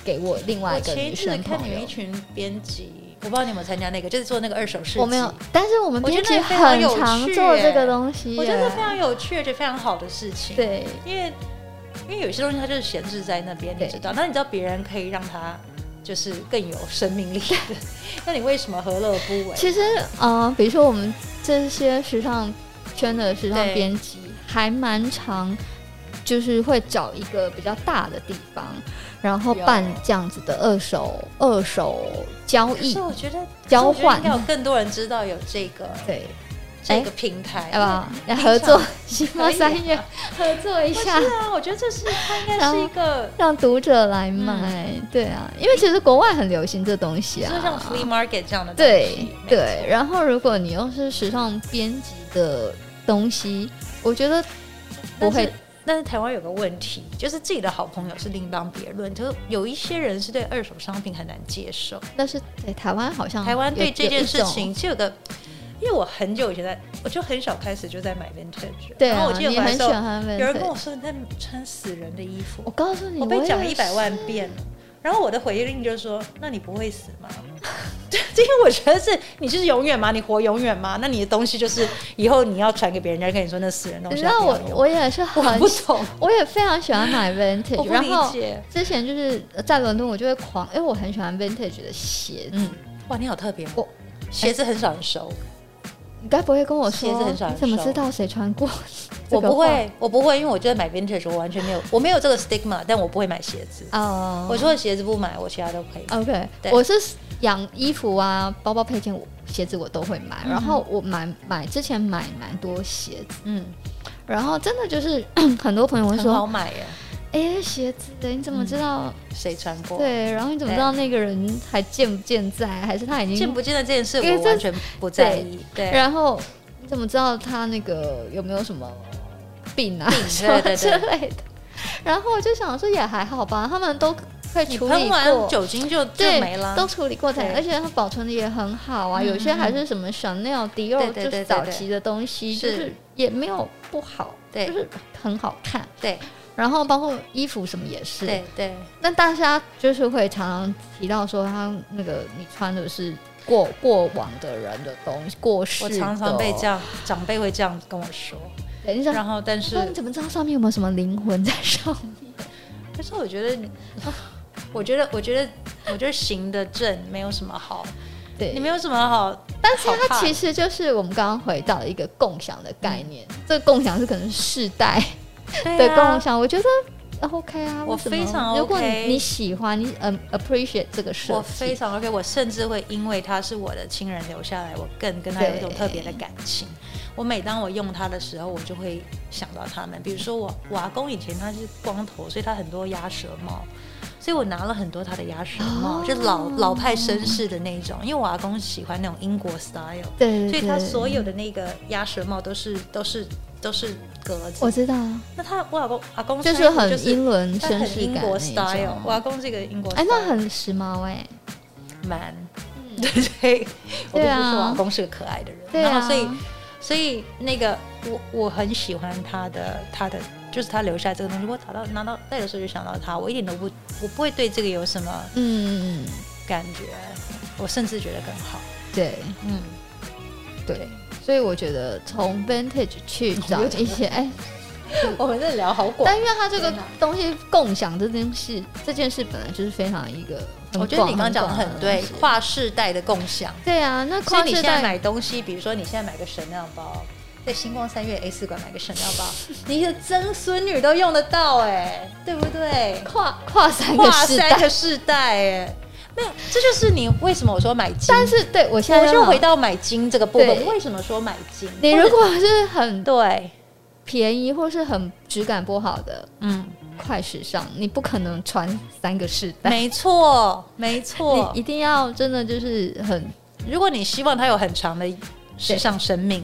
Speaker 1: 给我另外
Speaker 2: 我
Speaker 1: 一个
Speaker 2: 前一
Speaker 1: 女
Speaker 2: 阵
Speaker 1: 生
Speaker 2: 子看
Speaker 1: 朋
Speaker 2: 你
Speaker 1: 友
Speaker 2: 们一。群编辑，我不知道你有没有参加那个，就是做那个二手市集。
Speaker 1: 我没有，，但是我们
Speaker 2: 我觉
Speaker 1: 编
Speaker 2: 得
Speaker 1: 辑
Speaker 2: 那非常
Speaker 1: 很
Speaker 2: 有
Speaker 1: 常
Speaker 2: 趣
Speaker 1: 做这个
Speaker 2: 耶
Speaker 1: 东西耶，
Speaker 2: 我觉得非常有趣，而且非常好的事情。，
Speaker 1: 啊对
Speaker 2: 因为因为有些东西它就是闲置在那边，
Speaker 1: 对
Speaker 2: 你知道，那你知道别人可以让它就是更有生命 力的，那你为什么何乐不为？
Speaker 1: 其实，呃，比如说我们这些时尚圈的时尚
Speaker 2: 对
Speaker 1: 编辑，还蛮常就是会找一个比较大的地方，然后
Speaker 2: 有
Speaker 1: 办这样子的二手二手交
Speaker 2: 可
Speaker 1: 易
Speaker 2: 是。我觉得
Speaker 1: 交
Speaker 2: 我觉得
Speaker 1: 换
Speaker 2: 应该有更多人知道有这个
Speaker 1: 对，哎
Speaker 2: 这个平台，
Speaker 1: 要不要来
Speaker 2: 平
Speaker 1: 合
Speaker 2: 常
Speaker 1: 作？希望
Speaker 2: 可以啊
Speaker 1: 三月合作一
Speaker 2: 不是
Speaker 1: 下，
Speaker 2: 啊，我觉得这是它应该
Speaker 1: 然后
Speaker 2: 是一 个，
Speaker 1: 让读者来买。对啊，因为其实国外很流行这东西
Speaker 2: 就
Speaker 1: 啊，
Speaker 2: 是像 flea market 这样的东
Speaker 1: 对
Speaker 2: 西，没
Speaker 1: 对，然后如果你又是时尚编辑的东西，我觉得不会
Speaker 2: 但是。但是台湾有个问题，就是自己的好朋友是另当别论，就是有一些人是对二手商品很难接受。
Speaker 1: 但是对台湾好像
Speaker 2: 台湾
Speaker 1: 有
Speaker 2: 对这件事，
Speaker 1: 嗯有一种
Speaker 2: 情就有个，因为我很久以前在，我就很小开始就在买 vintage，
Speaker 1: 对
Speaker 2: 然后
Speaker 1: 啊
Speaker 2: 我，记得
Speaker 1: 你
Speaker 2: 我还
Speaker 1: 很
Speaker 2: 时
Speaker 1: 喜
Speaker 2: 候
Speaker 1: 欢 vintage。
Speaker 2: 有人跟我说你在穿死人的衣服
Speaker 1: 我，告诉你，
Speaker 2: 我被讲了
Speaker 1: 也
Speaker 2: 一百万遍了。然后我的回应就是说：“那你不会死吗？” 对，因为我觉得是你就是永远吗？你活永远吗？那你的东西就是以后你要传给别人，人家跟你说那死人东
Speaker 1: 你
Speaker 2: 西
Speaker 1: 知
Speaker 2: 要
Speaker 1: 道
Speaker 2: 不
Speaker 1: 我
Speaker 2: 要，用。
Speaker 1: 我也是
Speaker 2: 我
Speaker 1: 很
Speaker 2: 不，懂，
Speaker 1: 我也非常喜欢买
Speaker 2: 我
Speaker 1: vintage。
Speaker 2: 不
Speaker 1: 然
Speaker 2: 理
Speaker 1: 后
Speaker 2: 解。
Speaker 1: 之前就是在伦敦，我就会狂，因为我很喜欢 vintage 的鞋子。
Speaker 2: 嗯，哇，你好特别哦，
Speaker 1: 我
Speaker 2: 鞋子很少人收，
Speaker 1: 你该不会跟我
Speaker 2: 鞋
Speaker 1: 说
Speaker 2: 子很少人
Speaker 1: 你怎么
Speaker 2: 收
Speaker 1: 知道谁穿过？ 这
Speaker 2: 我
Speaker 1: 个
Speaker 2: 不
Speaker 1: 话
Speaker 2: 会，我不会，因为我就在买 vintage，我完全没有，我没有这个 stigma，但我不会买鞋子。
Speaker 1: 哦。
Speaker 2: 我除了鞋子不买，我其他都可以。
Speaker 1: OK，
Speaker 2: 对
Speaker 1: 我是养衣服啊、包包配件、我鞋子我都会买。然后我买买之前买蛮多鞋子，
Speaker 2: 嗯，
Speaker 1: 然后真的就是 很多朋友会
Speaker 2: 很
Speaker 1: 说
Speaker 2: 好买耶，
Speaker 1: 哎、鞋子的你怎么知道？
Speaker 2: 谁穿过？，
Speaker 1: 对，然后你怎么
Speaker 2: 对
Speaker 1: 知道那个人还健不健在，还是他已经
Speaker 2: 见不见的这件事，
Speaker 1: 因为
Speaker 2: 我
Speaker 1: 这
Speaker 2: 完全不在意。对，
Speaker 1: 然后你怎么知道他那个有没有什么病啊
Speaker 2: 病
Speaker 1: 什么
Speaker 2: 对对
Speaker 1: 之
Speaker 2: 对
Speaker 1: 类的？然后我就想说也还好吧，他们都会
Speaker 2: 你
Speaker 1: 处理
Speaker 2: 喷完
Speaker 1: 过。
Speaker 2: 酒精就就
Speaker 1: 对
Speaker 2: 没了，
Speaker 1: 都处理过才，
Speaker 2: 对
Speaker 1: 而且它保存的也很好啊。
Speaker 2: 嗯
Speaker 1: 有些还是什么 Chanel、
Speaker 2: 对
Speaker 1: Dior，
Speaker 2: 对对
Speaker 1: 就是
Speaker 2: 对
Speaker 1: 早
Speaker 2: 对
Speaker 1: 期的东西，就是是也没有不好，
Speaker 2: 对
Speaker 1: 就是很好看。
Speaker 2: 对
Speaker 1: 然后包括衣服什么也是，
Speaker 2: 对对
Speaker 1: 那大家就是会常常提到说，他那个你穿的是过过往的人的东西，过世
Speaker 2: 我
Speaker 1: 的
Speaker 2: 常常被这，样，长辈会这样跟我说。
Speaker 1: 对你想
Speaker 2: 然后，但是
Speaker 1: 说你怎么知道上面有没有什么灵魂在上面？
Speaker 2: 可是我觉得你， 我觉得我觉得我觉得行得正没有什么好，
Speaker 1: 对，
Speaker 2: 你没有什么好，
Speaker 1: 但是
Speaker 2: 好
Speaker 1: 它
Speaker 2: 怕
Speaker 1: 其实就是我们刚刚回到一个共享的概念，
Speaker 2: 嗯
Speaker 1: 这个共享是可能是世代的
Speaker 2: 对啊
Speaker 1: 共享，我觉得。呃 OK 啊，
Speaker 2: 我
Speaker 1: 为什么
Speaker 2: 非常
Speaker 1: 如果你
Speaker 2: OK
Speaker 1: 你喜欢，你嗯 appreciate 这个设计，
Speaker 2: 我非常 OK，我甚至会因为他是我的亲人留下来，我更跟他有一种
Speaker 1: 对
Speaker 2: 特别的感情。我每当我用它的时候，我就会想到他们。比如说我我阿公以前他是光头，所以他很多鸭舌帽，所以我拿了很多他的鸭舌帽，
Speaker 1: 哦
Speaker 2: 就老老派绅士的那一种。因为我阿公喜欢那种英国 style，
Speaker 1: 对对对，
Speaker 2: 所以他所有的那个鸭舌帽都是都是都是格子。
Speaker 1: 我知道啊，
Speaker 2: 那他我阿公阿公
Speaker 1: 就是
Speaker 2: 穿衣服
Speaker 1: 很
Speaker 2: 就是
Speaker 1: 英伦
Speaker 2: 他
Speaker 1: 绅
Speaker 2: 很
Speaker 1: 士
Speaker 2: 英
Speaker 1: 感
Speaker 2: 国
Speaker 1: 那
Speaker 2: style，我阿
Speaker 1: 种，
Speaker 2: 公是一个英国 style，
Speaker 1: 哎，那很时髦哎，
Speaker 2: 蛮， 对嗯对，我
Speaker 1: 对
Speaker 2: 必须说
Speaker 1: 啊
Speaker 2: 我老公是个可爱的人，
Speaker 1: 对
Speaker 2: 然
Speaker 1: 啊，
Speaker 2: 后所以所以那个我我很喜欢他的他的就是他留下来这个东西，我拿到拿到戴的时候就想到他，我一点都不我不会对这个有什么
Speaker 1: 嗯，
Speaker 2: 感觉，我甚至觉得更好，
Speaker 1: 对
Speaker 2: 嗯，
Speaker 1: 对，所以我觉得从 vintage 去找一些，哎，
Speaker 2: 我们这聊好广
Speaker 1: 但，因为它这个
Speaker 2: 天哪
Speaker 1: 东西共享这件事，这件事本来就是非常一个很广，
Speaker 2: 我觉得你刚刚讲的很对
Speaker 1: 广，的东西
Speaker 2: 跨世代的共享，
Speaker 1: 对啊，那
Speaker 2: 所以
Speaker 1: 跨
Speaker 2: 你
Speaker 1: 世
Speaker 2: 现在
Speaker 1: 代
Speaker 2: 买东西，比如说你现在买个神料包。在星光三月 A 四馆买个神料包， 你的曾孙女都用得到哎、对不对？
Speaker 1: 跨跨三个
Speaker 2: 跨
Speaker 1: 世
Speaker 2: 三
Speaker 1: 代，
Speaker 2: 个世代哎，没有，这就是你为什么我说买金，
Speaker 1: 但是对我现在
Speaker 2: 我就
Speaker 1: 很好
Speaker 2: 回，到买金这个部
Speaker 1: 对
Speaker 2: 分，为什么说买金？
Speaker 1: 你
Speaker 2: 或者
Speaker 1: 如果是很
Speaker 2: 对，
Speaker 1: 便宜或是很质感不好的
Speaker 2: 嗯，
Speaker 1: 快时尚，你不可能穿三个世代，
Speaker 2: 没错，没错
Speaker 1: 你一。定要真的就是很
Speaker 2: 如果你希望它有很长的时尚生命，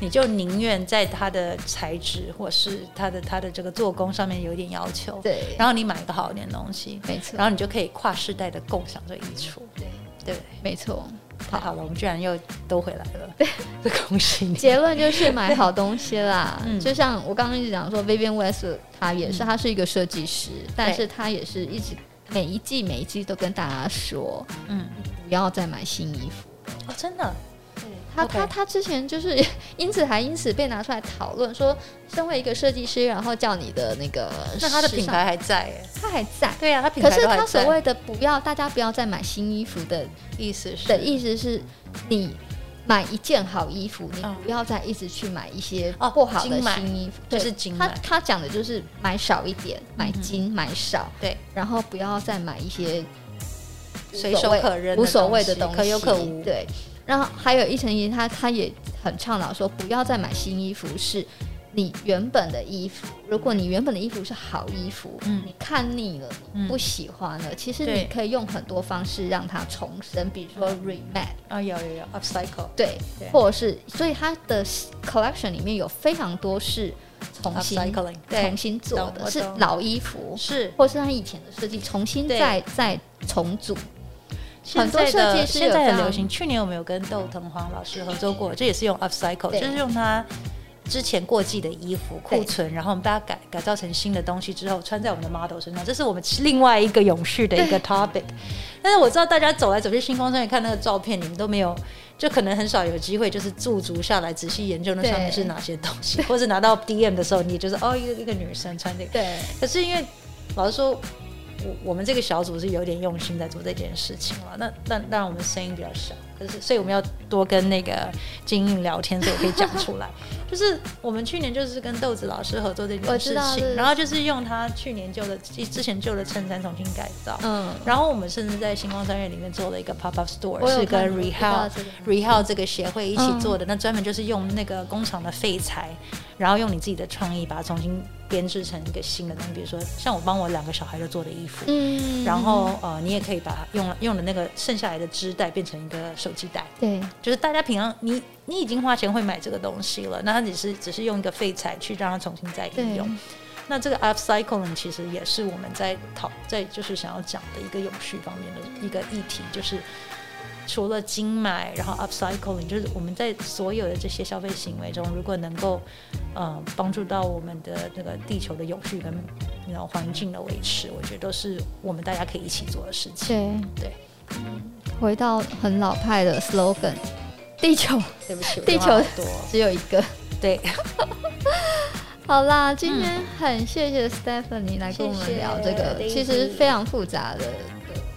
Speaker 2: 你就宁愿在它的材质或是它的它的这个做工上面有一点要求，
Speaker 1: 对，
Speaker 2: 然后你买一个好一点的东西，
Speaker 1: 没错
Speaker 2: 然后你就可以跨世代的共享这衣橱，
Speaker 1: 对，
Speaker 2: 对不对？
Speaker 1: 没错。
Speaker 2: 太好了，我们居然又都回来了，对，恭喜你。
Speaker 1: 结论就是买好东西啦
Speaker 2: 。嗯
Speaker 1: 就像我刚刚一直讲说，Vivian Westwood 她也是，
Speaker 2: 嗯
Speaker 1: 她是一个设计师，但是她也是一直每一季每一季都跟大家说，
Speaker 2: 嗯，
Speaker 1: 不要再买新衣服。
Speaker 2: 哦，真的，
Speaker 1: 她
Speaker 2: OK
Speaker 1: 她她之前就是 因此还因此被拿出来讨论，说身为一个设计师，然后叫你的那个
Speaker 2: 那它的
Speaker 1: 时
Speaker 2: 品
Speaker 1: 尚
Speaker 2: 牌还在耶？
Speaker 1: 它还在。
Speaker 2: 对呀、啊它品
Speaker 1: 可
Speaker 2: 牌
Speaker 1: 是
Speaker 2: 都还
Speaker 1: 他
Speaker 2: 在。
Speaker 1: 所谓的不要，大家不要再买新衣服的
Speaker 2: 意思是
Speaker 1: 的意思是，你买一件好衣服，你
Speaker 2: 嗯
Speaker 1: 不要再一直去买一些
Speaker 2: 哦
Speaker 1: 不好的
Speaker 2: 精买
Speaker 1: 新衣服，
Speaker 2: 就
Speaker 1: 对
Speaker 2: 是精
Speaker 1: 他
Speaker 2: 买嗯
Speaker 1: 他讲的就是买少一点，买精、买少，
Speaker 2: 对，
Speaker 1: 然后不要再买一些
Speaker 2: 随手
Speaker 1: 无所谓
Speaker 2: 可扔的
Speaker 1: 无所谓的
Speaker 2: 东
Speaker 1: 东西，
Speaker 2: 西可有可无
Speaker 1: 对，然后还有一层一，他他也很倡导说，不要再买新衣服，是你原本的衣服。如果你原本的衣服是好衣服，
Speaker 2: 嗯
Speaker 1: 你看腻了，
Speaker 2: 嗯
Speaker 1: 你不喜欢了，其实
Speaker 2: 对
Speaker 1: 你可以用很多方式让它重生，比如说 remat。
Speaker 2: 啊、有有有 upcycle，
Speaker 1: 对
Speaker 2: 对，
Speaker 1: 或者是，所以它的 collection 里面有非常多是重新
Speaker 2: Upcycling，对
Speaker 1: 重新做
Speaker 2: 懂我
Speaker 1: 的，是
Speaker 2: 懂
Speaker 1: 老衣服，
Speaker 2: 是
Speaker 1: 或是他以前的设计重新
Speaker 2: 对
Speaker 1: 再再重组。
Speaker 2: 现
Speaker 1: 很多
Speaker 2: 在的
Speaker 1: 设计师有
Speaker 2: 现在
Speaker 1: 这
Speaker 2: 很
Speaker 1: 样
Speaker 2: 流行。去年我们有跟窦腾煌老师合作过，这也是用 upcycle，
Speaker 1: 对
Speaker 2: 就是用他之前过季的衣服
Speaker 1: 对
Speaker 2: 库存，然后我们把它改改造成新的东西之后，穿在我们的 model 身上，这是我们另外一个永续的一个 topic。但是我知道大家走来走去星光三月看那个照片，你们都没有。就可能很少有机会，就是驻足下来仔细研究那上面
Speaker 1: 对
Speaker 2: 是哪些东西，或者拿到 DM 的时候，你也就是哦，一个一个女生穿这个，
Speaker 1: 对，
Speaker 2: 可是因为老实说，我我们这个小组是有点用心在做这件事情了。那那当然我们声音比较小，可是所以我们要多跟那个精英聊天，所以我可以讲出来。就是我们去年就是跟豆子老师合作这件
Speaker 1: 我知
Speaker 2: 事
Speaker 1: 道
Speaker 2: 情，
Speaker 1: 是
Speaker 2: 然后就是用他去年旧的之前旧的衬衫重新改造。
Speaker 1: 嗯，
Speaker 2: 然后我们甚至在星光三月里面做了一个 pop up
Speaker 1: 我
Speaker 2: store，
Speaker 1: 有
Speaker 2: 是跟
Speaker 1: 看过我知
Speaker 2: Rehab
Speaker 1: 道这个嗯
Speaker 2: Rehab 这个协会一起做的，那专门就是用那个工厂的废材，然后用你自己的创意把它重新编织成一个新的东西。比如说，像我帮我两个小孩就做的衣服，
Speaker 1: 嗯
Speaker 2: 然后呃，你也可以把它用用的那个剩下来的织带变成一个手机袋，
Speaker 1: 对
Speaker 2: 就是大家平常你你已经花钱会买这个东西了，那它只是只是用一个废材去让它重新再应
Speaker 1: 对
Speaker 2: 用。那这个 upcycling 其实也是我们在讨在就是想要讲的一个永续方面的一个议题，就是除了精买，然后 upcycling，就是我们在所有的这些消费行为中，如果能够呃帮助到我们的这个地球的永续跟然后环境的维持，我觉得都是我们大家可以一起做的事情。
Speaker 1: 对
Speaker 2: 对，
Speaker 1: 回到很老派的 slogan，地球
Speaker 2: 对不起，我
Speaker 1: 地
Speaker 2: 话好
Speaker 1: 球
Speaker 2: 多
Speaker 1: 只有一 个。
Speaker 2: 对，
Speaker 1: 好啦，今天很谢谢 Stephanie 来跟我
Speaker 2: 嗯谢
Speaker 1: 们
Speaker 2: 谢
Speaker 1: 聊这个，
Speaker 2: Daisy
Speaker 1: 其实非常复杂的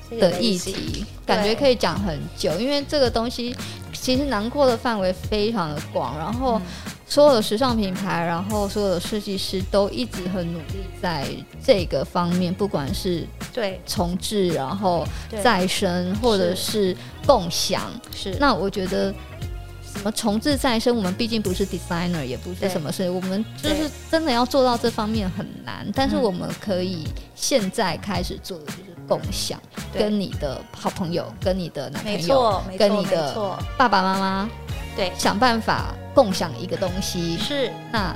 Speaker 2: 谢谢
Speaker 1: 的议
Speaker 2: Daisy
Speaker 1: 题，感觉可以讲很久，因为这个东西其实囊括的范围非常的广，然后
Speaker 2: 嗯
Speaker 1: 所有的时尚品牌，然后所有的设计师都一直很努力在这个方面，不管是
Speaker 2: 对
Speaker 1: 重置，然后
Speaker 2: 对，
Speaker 1: 再生，或者是共享。
Speaker 2: 是
Speaker 1: 那我觉得。什么重置再生？我们毕竟不是 designer，也不
Speaker 2: 对
Speaker 1: 是什么事，我们就
Speaker 2: 对
Speaker 1: 是真的要做到这方面很难。但是
Speaker 2: 嗯
Speaker 1: 我们可以现在开始做的就是共享，
Speaker 2: 对
Speaker 1: 跟你的好朋友、跟你的男
Speaker 2: 没
Speaker 1: 朋友、
Speaker 2: 错，没错，
Speaker 1: 跟你
Speaker 2: 没
Speaker 1: 的
Speaker 2: 错，
Speaker 1: 爸爸妈妈
Speaker 2: 对，
Speaker 1: 想办法共享一个东西，
Speaker 2: 是
Speaker 1: 那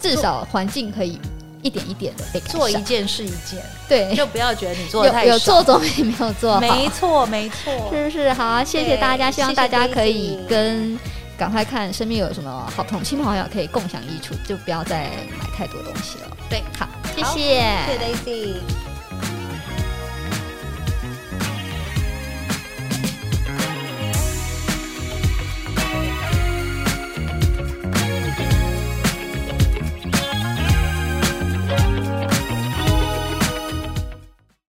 Speaker 1: 至少环境可以一点一点的被改
Speaker 2: 做一
Speaker 1: 善。
Speaker 2: 件是一件，
Speaker 1: 对，
Speaker 2: 就不要觉得你哎做的太
Speaker 1: 有有
Speaker 2: 少
Speaker 1: 做总比没有做好。
Speaker 2: 没错，没错，
Speaker 1: 是是好啊，谢谢大家，
Speaker 2: 对
Speaker 1: 希望大家可以
Speaker 2: 谢谢 Daisy
Speaker 1: 跟赶快看身边有什么好朋友、亲朋好友可以共享衣橱，就不要再买太多东西了。
Speaker 2: 对，
Speaker 1: 好，谢
Speaker 2: 好
Speaker 1: 谢
Speaker 2: 谢谢 Daisy。